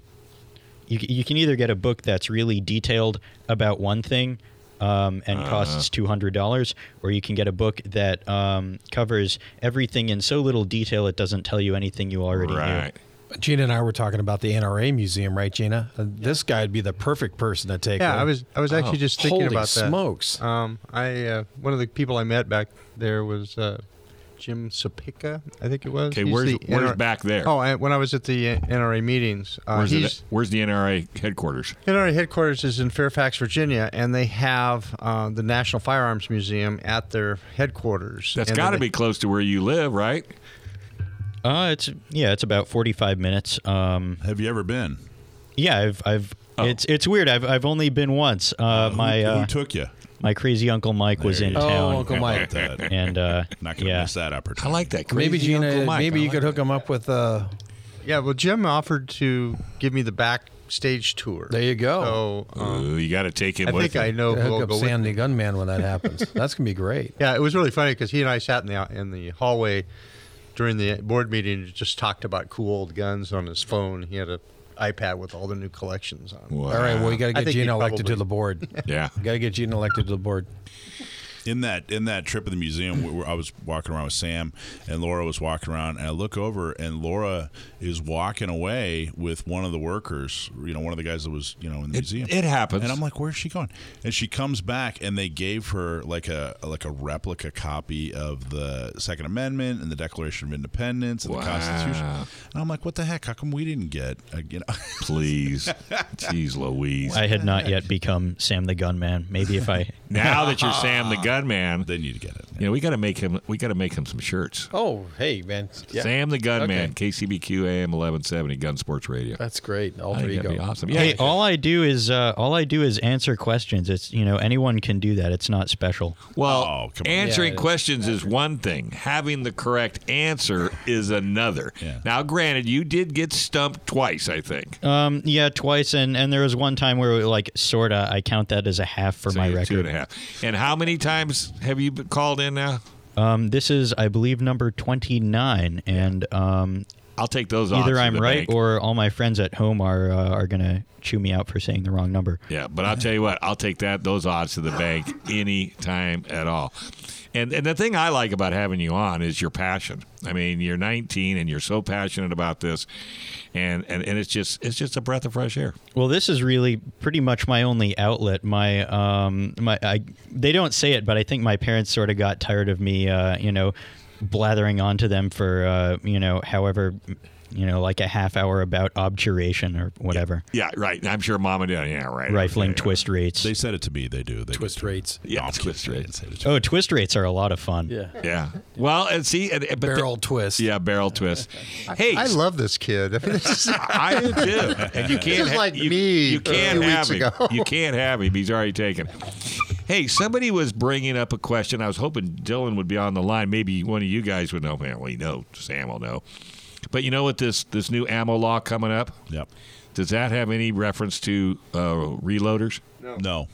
[SPEAKER 6] you, you can either get a book that's really detailed about one thing um, and costs two hundred dollars, or you can get a book that um, covers everything in so little detail it doesn't tell you anything you already knew.
[SPEAKER 4] Gina and I were talking about the NRA museum, right, Gina? Uh, This guy would be the perfect person to take.
[SPEAKER 7] Yeah,
[SPEAKER 4] one.
[SPEAKER 7] I was I was actually
[SPEAKER 4] Oh,
[SPEAKER 7] just thinking
[SPEAKER 4] holy
[SPEAKER 7] about that.
[SPEAKER 4] smokes.
[SPEAKER 7] Um, I uh, one of the people I met back there was uh, Jim Sapika, I think it was.
[SPEAKER 3] Okay,
[SPEAKER 7] He's
[SPEAKER 3] where's-
[SPEAKER 7] the
[SPEAKER 3] where's back there?
[SPEAKER 7] Oh, I, when I was at the uh, NRA meetings, uh,
[SPEAKER 3] Where's,
[SPEAKER 7] he's
[SPEAKER 3] the, where's the NRA headquarters?
[SPEAKER 7] NRA headquarters is in Fairfax, Virginia, and they have uh, the National Firearms Museum at their headquarters.
[SPEAKER 3] That's
[SPEAKER 7] And
[SPEAKER 3] got to
[SPEAKER 7] they-
[SPEAKER 3] be close to where you live, right?
[SPEAKER 6] Uh, it's yeah, it's about forty five minutes. Um,
[SPEAKER 5] Have you ever been?
[SPEAKER 6] Yeah, I've, I've it's it's weird. I've, I've only been once. Uh, my
[SPEAKER 5] who,
[SPEAKER 6] uh,
[SPEAKER 5] who took you?
[SPEAKER 6] my crazy uncle Mike was in
[SPEAKER 5] you go.
[SPEAKER 6] town,
[SPEAKER 4] Oh, Uncle Mike.
[SPEAKER 5] That-
[SPEAKER 6] and uh,
[SPEAKER 5] Not gonna
[SPEAKER 6] yeah,
[SPEAKER 5] miss that
[SPEAKER 3] I
[SPEAKER 5] opportunity.
[SPEAKER 3] like that. Crazy
[SPEAKER 4] Maybe Gina.
[SPEAKER 3] Uncle Mike.
[SPEAKER 4] Maybe
[SPEAKER 3] I
[SPEAKER 4] you
[SPEAKER 3] like
[SPEAKER 4] could hook him up with. Uh,
[SPEAKER 7] Yeah, well, Jim offered to give me the backstage tour.
[SPEAKER 4] there you go.
[SPEAKER 7] So
[SPEAKER 3] that.
[SPEAKER 7] um,
[SPEAKER 3] Ooh, you got to take him
[SPEAKER 7] I
[SPEAKER 3] with
[SPEAKER 7] think
[SPEAKER 3] you.
[SPEAKER 7] I know who will
[SPEAKER 4] hook up
[SPEAKER 7] go with
[SPEAKER 4] Sandy Gunman when that happens. That's gonna be great.
[SPEAKER 7] Yeah, it was really funny because he and I sat in the in the hallway during the board meeting and just talked about cool old guns on his phone. He had a iPad with all the new collections on. it.
[SPEAKER 3] Wow.
[SPEAKER 4] All right. Well, you got to
[SPEAKER 7] I
[SPEAKER 4] get
[SPEAKER 7] think he
[SPEAKER 4] Gina elected
[SPEAKER 7] probably-
[SPEAKER 4] to the board.
[SPEAKER 3] Yeah.
[SPEAKER 4] Got to get Gina elected to the board.
[SPEAKER 5] in that in that trip of the museum where where I was walking around with Sam and Laura was walking around and I look over and Laura is walking away with one of the workers you know one of the guys that was you know in the
[SPEAKER 3] It-
[SPEAKER 5] museum
[SPEAKER 3] it happens.
[SPEAKER 5] and I'm like where's she going and she comes back and they gave her like a like a replica copy of the second amendment and the declaration of independence and the constitution
[SPEAKER 3] Wow.
[SPEAKER 5] and I'm like what the heck how come we didn't get uh, you know
[SPEAKER 3] Please. Jeez Louise.
[SPEAKER 6] I had not yet become Sam the Gunman. Maybe if I
[SPEAKER 3] Now that you're Sam the Gunman,
[SPEAKER 5] they need to get it
[SPEAKER 3] you know we got to make him. We got to make him some shirts.
[SPEAKER 4] Oh, hey, man. Yeah,
[SPEAKER 3] Sam the Gunman,
[SPEAKER 4] Okay.
[SPEAKER 3] KCBQ AM 1170, Gun Sports Radio.
[SPEAKER 4] that's great.
[SPEAKER 3] I
[SPEAKER 4] Alter
[SPEAKER 3] think
[SPEAKER 4] ego.
[SPEAKER 3] that'd be awesome. Yeah,
[SPEAKER 6] hey, all I do is uh, all I do is answer questions. It's you know anyone can do that. It's not special.
[SPEAKER 3] well,
[SPEAKER 5] Oh, come on.
[SPEAKER 3] answering
[SPEAKER 4] Yeah,
[SPEAKER 3] questions is one thing. Having the correct answer is another.
[SPEAKER 5] Yeah.
[SPEAKER 3] Now, granted, you did get stumped twice, I think.
[SPEAKER 6] Um, yeah, twice, and and there was one time where like sorta I count that as a half for
[SPEAKER 3] So
[SPEAKER 6] my
[SPEAKER 3] you're
[SPEAKER 6] record.
[SPEAKER 3] Two and a half. And how many times have you been called in now?
[SPEAKER 6] Um, this is, I believe, number 29. And um,
[SPEAKER 3] I'll take those. odds
[SPEAKER 6] Either
[SPEAKER 3] to
[SPEAKER 6] I'm
[SPEAKER 3] the
[SPEAKER 6] right
[SPEAKER 3] bank.
[SPEAKER 6] or all my friends at home are uh, are gonna chew me out for saying the wrong number.
[SPEAKER 3] Yeah, but I'll tell you what, I'll take that those odds to the bank any time at all. And and the thing I like about having you on is your passion. I mean, you're 19 and you're so passionate about this, and and, and it's just it's just a breath of fresh air.
[SPEAKER 6] Well, this is really pretty much my only outlet. My um my I, they don't say it, but I think my parents sort of got tired of me, uh, you know, blathering on to them for uh, you know, however, you know, like a half hour about obturation or whatever,
[SPEAKER 3] Yeah, right. I'm sure Mama did. Yeah, right.
[SPEAKER 6] rifling
[SPEAKER 3] Yeah, yeah.
[SPEAKER 6] twist rates.
[SPEAKER 5] They said it to me. They do. They
[SPEAKER 4] Twist rates.
[SPEAKER 3] Yeah,
[SPEAKER 5] No, I'm
[SPEAKER 3] twist
[SPEAKER 5] kidding. They
[SPEAKER 3] rates.
[SPEAKER 5] didn't say it to me.
[SPEAKER 6] Oh, twist rates are a lot of fun.
[SPEAKER 9] Yeah.
[SPEAKER 3] Yeah. Well, and see, and, but the-
[SPEAKER 4] Barrel twist.
[SPEAKER 3] yeah, barrel twist. Hey,
[SPEAKER 7] I love this kid. I mean, this is,
[SPEAKER 3] I do too. And you can't
[SPEAKER 7] is
[SPEAKER 3] ha-
[SPEAKER 7] like
[SPEAKER 3] you,
[SPEAKER 7] me
[SPEAKER 3] You
[SPEAKER 7] a
[SPEAKER 3] can't
[SPEAKER 7] few
[SPEAKER 3] have
[SPEAKER 7] weeks
[SPEAKER 3] him.
[SPEAKER 7] ago.
[SPEAKER 3] You can't have him. He's already taken. Hey, somebody was bringing up a question. I was hoping Dylan would be on the line. Maybe one of you guys would know. Man, we know Sam will know. But you know what? This this new ammo law coming up.
[SPEAKER 5] Yep.
[SPEAKER 3] Does that have any reference to uh, reloaders?
[SPEAKER 5] No.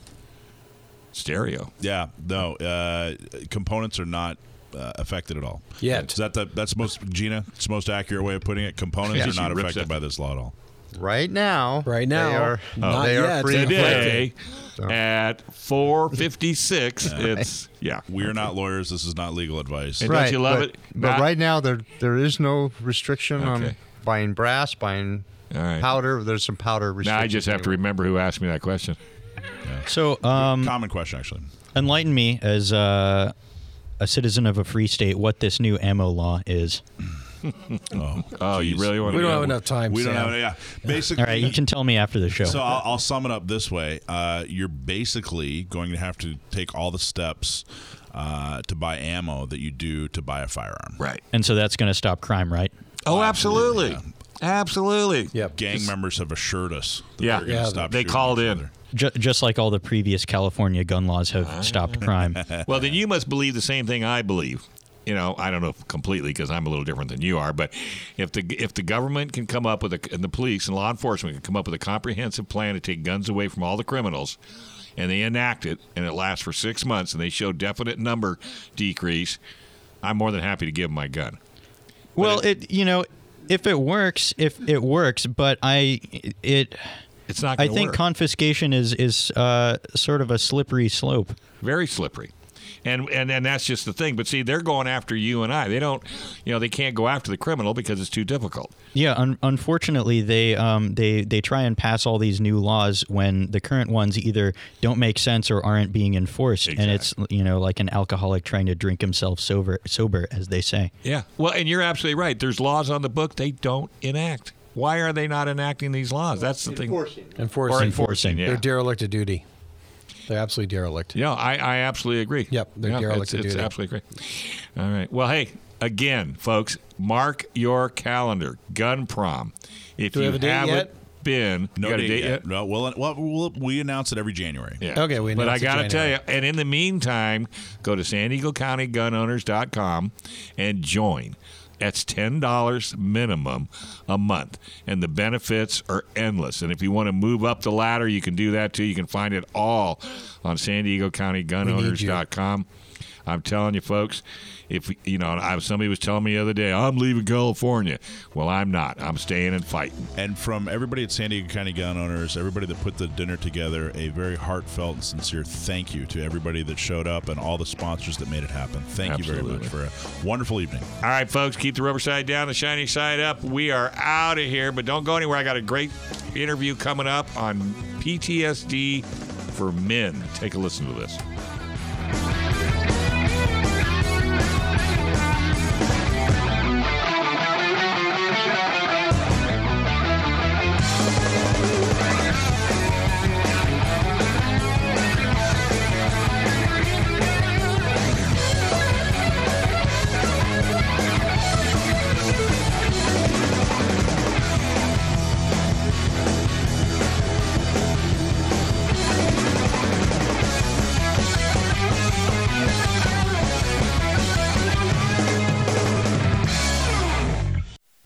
[SPEAKER 3] Stereo.
[SPEAKER 5] Yeah. No. Uh, components are not uh, affected at all.
[SPEAKER 4] Yet.
[SPEAKER 5] Is that the, that's most Gina? It's the most accurate way of putting it. Components
[SPEAKER 3] Yeah,
[SPEAKER 5] are not
[SPEAKER 3] she rips
[SPEAKER 5] affected
[SPEAKER 3] it.
[SPEAKER 5] by this law at all.
[SPEAKER 7] right now.
[SPEAKER 4] Right now,
[SPEAKER 7] They are,
[SPEAKER 4] not
[SPEAKER 7] they are
[SPEAKER 4] yet.
[SPEAKER 7] free.
[SPEAKER 3] Today at four fifty six. It's yeah.
[SPEAKER 5] We're not lawyers. This is not legal advice.
[SPEAKER 3] And
[SPEAKER 7] Right.
[SPEAKER 3] don't you love
[SPEAKER 7] but,
[SPEAKER 3] it?
[SPEAKER 7] But
[SPEAKER 3] Not-
[SPEAKER 7] right now, there there is no restriction on
[SPEAKER 3] Okay.
[SPEAKER 7] buying brass, buying
[SPEAKER 3] All right.
[SPEAKER 7] powder. There's some powder
[SPEAKER 3] Now
[SPEAKER 7] restrictions.
[SPEAKER 3] I just have to remember who asked me that question.
[SPEAKER 6] So, um,
[SPEAKER 5] Common question, actually.
[SPEAKER 6] enlighten me as uh, a citizen of a free state what this new ammo law is.
[SPEAKER 5] Oh,
[SPEAKER 3] Oh, you
[SPEAKER 5] geez.
[SPEAKER 3] really want
[SPEAKER 4] We
[SPEAKER 3] to
[SPEAKER 4] don't have enough time.
[SPEAKER 5] We don't
[SPEAKER 4] Sam.
[SPEAKER 5] have. Yeah. Basically,
[SPEAKER 6] All right, you can tell me after the show.
[SPEAKER 5] So I'll, I'll sum it up this way: uh, You're basically going to have to take all the steps uh, to buy ammo that you do to buy a firearm.
[SPEAKER 3] Right.
[SPEAKER 6] and so that's going to stop crime, right?
[SPEAKER 3] Oh, absolutely. Absolutely.
[SPEAKER 4] Yep.
[SPEAKER 5] Gang members have assured us. That
[SPEAKER 3] Yeah.
[SPEAKER 5] they're gonna
[SPEAKER 4] Yeah,
[SPEAKER 5] stop
[SPEAKER 3] they
[SPEAKER 5] shooting
[SPEAKER 3] called
[SPEAKER 5] each
[SPEAKER 3] in.
[SPEAKER 5] other.
[SPEAKER 6] Ju- just like all the previous California gun laws
[SPEAKER 3] Ah.
[SPEAKER 6] have stopped crime.
[SPEAKER 3] Well, then you must believe the same thing I believe. You know, I don't know if completely because I'm a little different than you are, but if the if the government can come up with a, and the police and law enforcement can come up with a comprehensive plan to take guns away from all the criminals, and they enact it and it lasts for six months and they show definite number decrease, I'm more than happy to give 'em my gun.
[SPEAKER 6] well, it you know, if it works, if it works, but I it
[SPEAKER 3] It's not.
[SPEAKER 6] I
[SPEAKER 3] gonna
[SPEAKER 6] think
[SPEAKER 3] work.
[SPEAKER 6] confiscation is is uh, sort of a slippery slope.
[SPEAKER 3] very slippery. And, and and that's just the thing. But see, they're going after you and I. They don't, you know, they can't go after the criminal because it's too difficult.
[SPEAKER 6] Yeah, un- unfortunately, they um, they they try and pass all these new laws when the current ones either don't make sense or aren't being enforced, and it's you know like an alcoholic trying to drink himself sober, sober as they say.
[SPEAKER 3] Yeah. Well, and you're absolutely right. There's laws on the book they don't enact. Why are they not enacting these laws? That's the thing.
[SPEAKER 4] Enforcing.
[SPEAKER 3] Or
[SPEAKER 6] enforcing,
[SPEAKER 3] yeah.
[SPEAKER 4] They're derelict of duty. They're absolutely derelict.
[SPEAKER 3] Yeah, I, I absolutely agree.
[SPEAKER 4] Yep, they're
[SPEAKER 3] yeah,
[SPEAKER 4] derelict
[SPEAKER 3] it's,
[SPEAKER 4] of
[SPEAKER 3] it's
[SPEAKER 4] duty.
[SPEAKER 3] absolutely agree. All right. Well, hey, again, folks, mark your calendar. Gun prom. If
[SPEAKER 4] Do we
[SPEAKER 3] you
[SPEAKER 4] have a date
[SPEAKER 3] haven't
[SPEAKER 4] yet?
[SPEAKER 3] been,
[SPEAKER 5] No
[SPEAKER 3] you got
[SPEAKER 5] date,
[SPEAKER 3] a date
[SPEAKER 5] yet. No, well, well, we'll- we announce it every January.
[SPEAKER 3] Yeah.
[SPEAKER 4] Okay, we
[SPEAKER 3] But I
[SPEAKER 4] announced it
[SPEAKER 3] got to tell you,
[SPEAKER 4] January.
[SPEAKER 3] and in the meantime, go to San Diego County Gunowners.com and join. That's $10 minimum a month, and the benefits are endless. And if you want to move up the ladder, you can do that too. You can find it all on San Diego County Gunowners.com. I'm telling you, folks, if you know, I, somebody was telling me the other day, I'm leaving California. Well, I'm not. I'm staying and fighting.
[SPEAKER 5] And from everybody at San Diego County Gun Owners, everybody that put the dinner together, a very heartfelt and sincere thank you to everybody that showed up and all the sponsors that made it happen. Thank you very
[SPEAKER 3] Absolutely.
[SPEAKER 5] much for a wonderful evening.
[SPEAKER 3] All right, folks, keep the rubber side down, the shiny side up. We are out of here, but don't go anywhere. I got a great interview coming up on PTSD for men. Take a listen to this.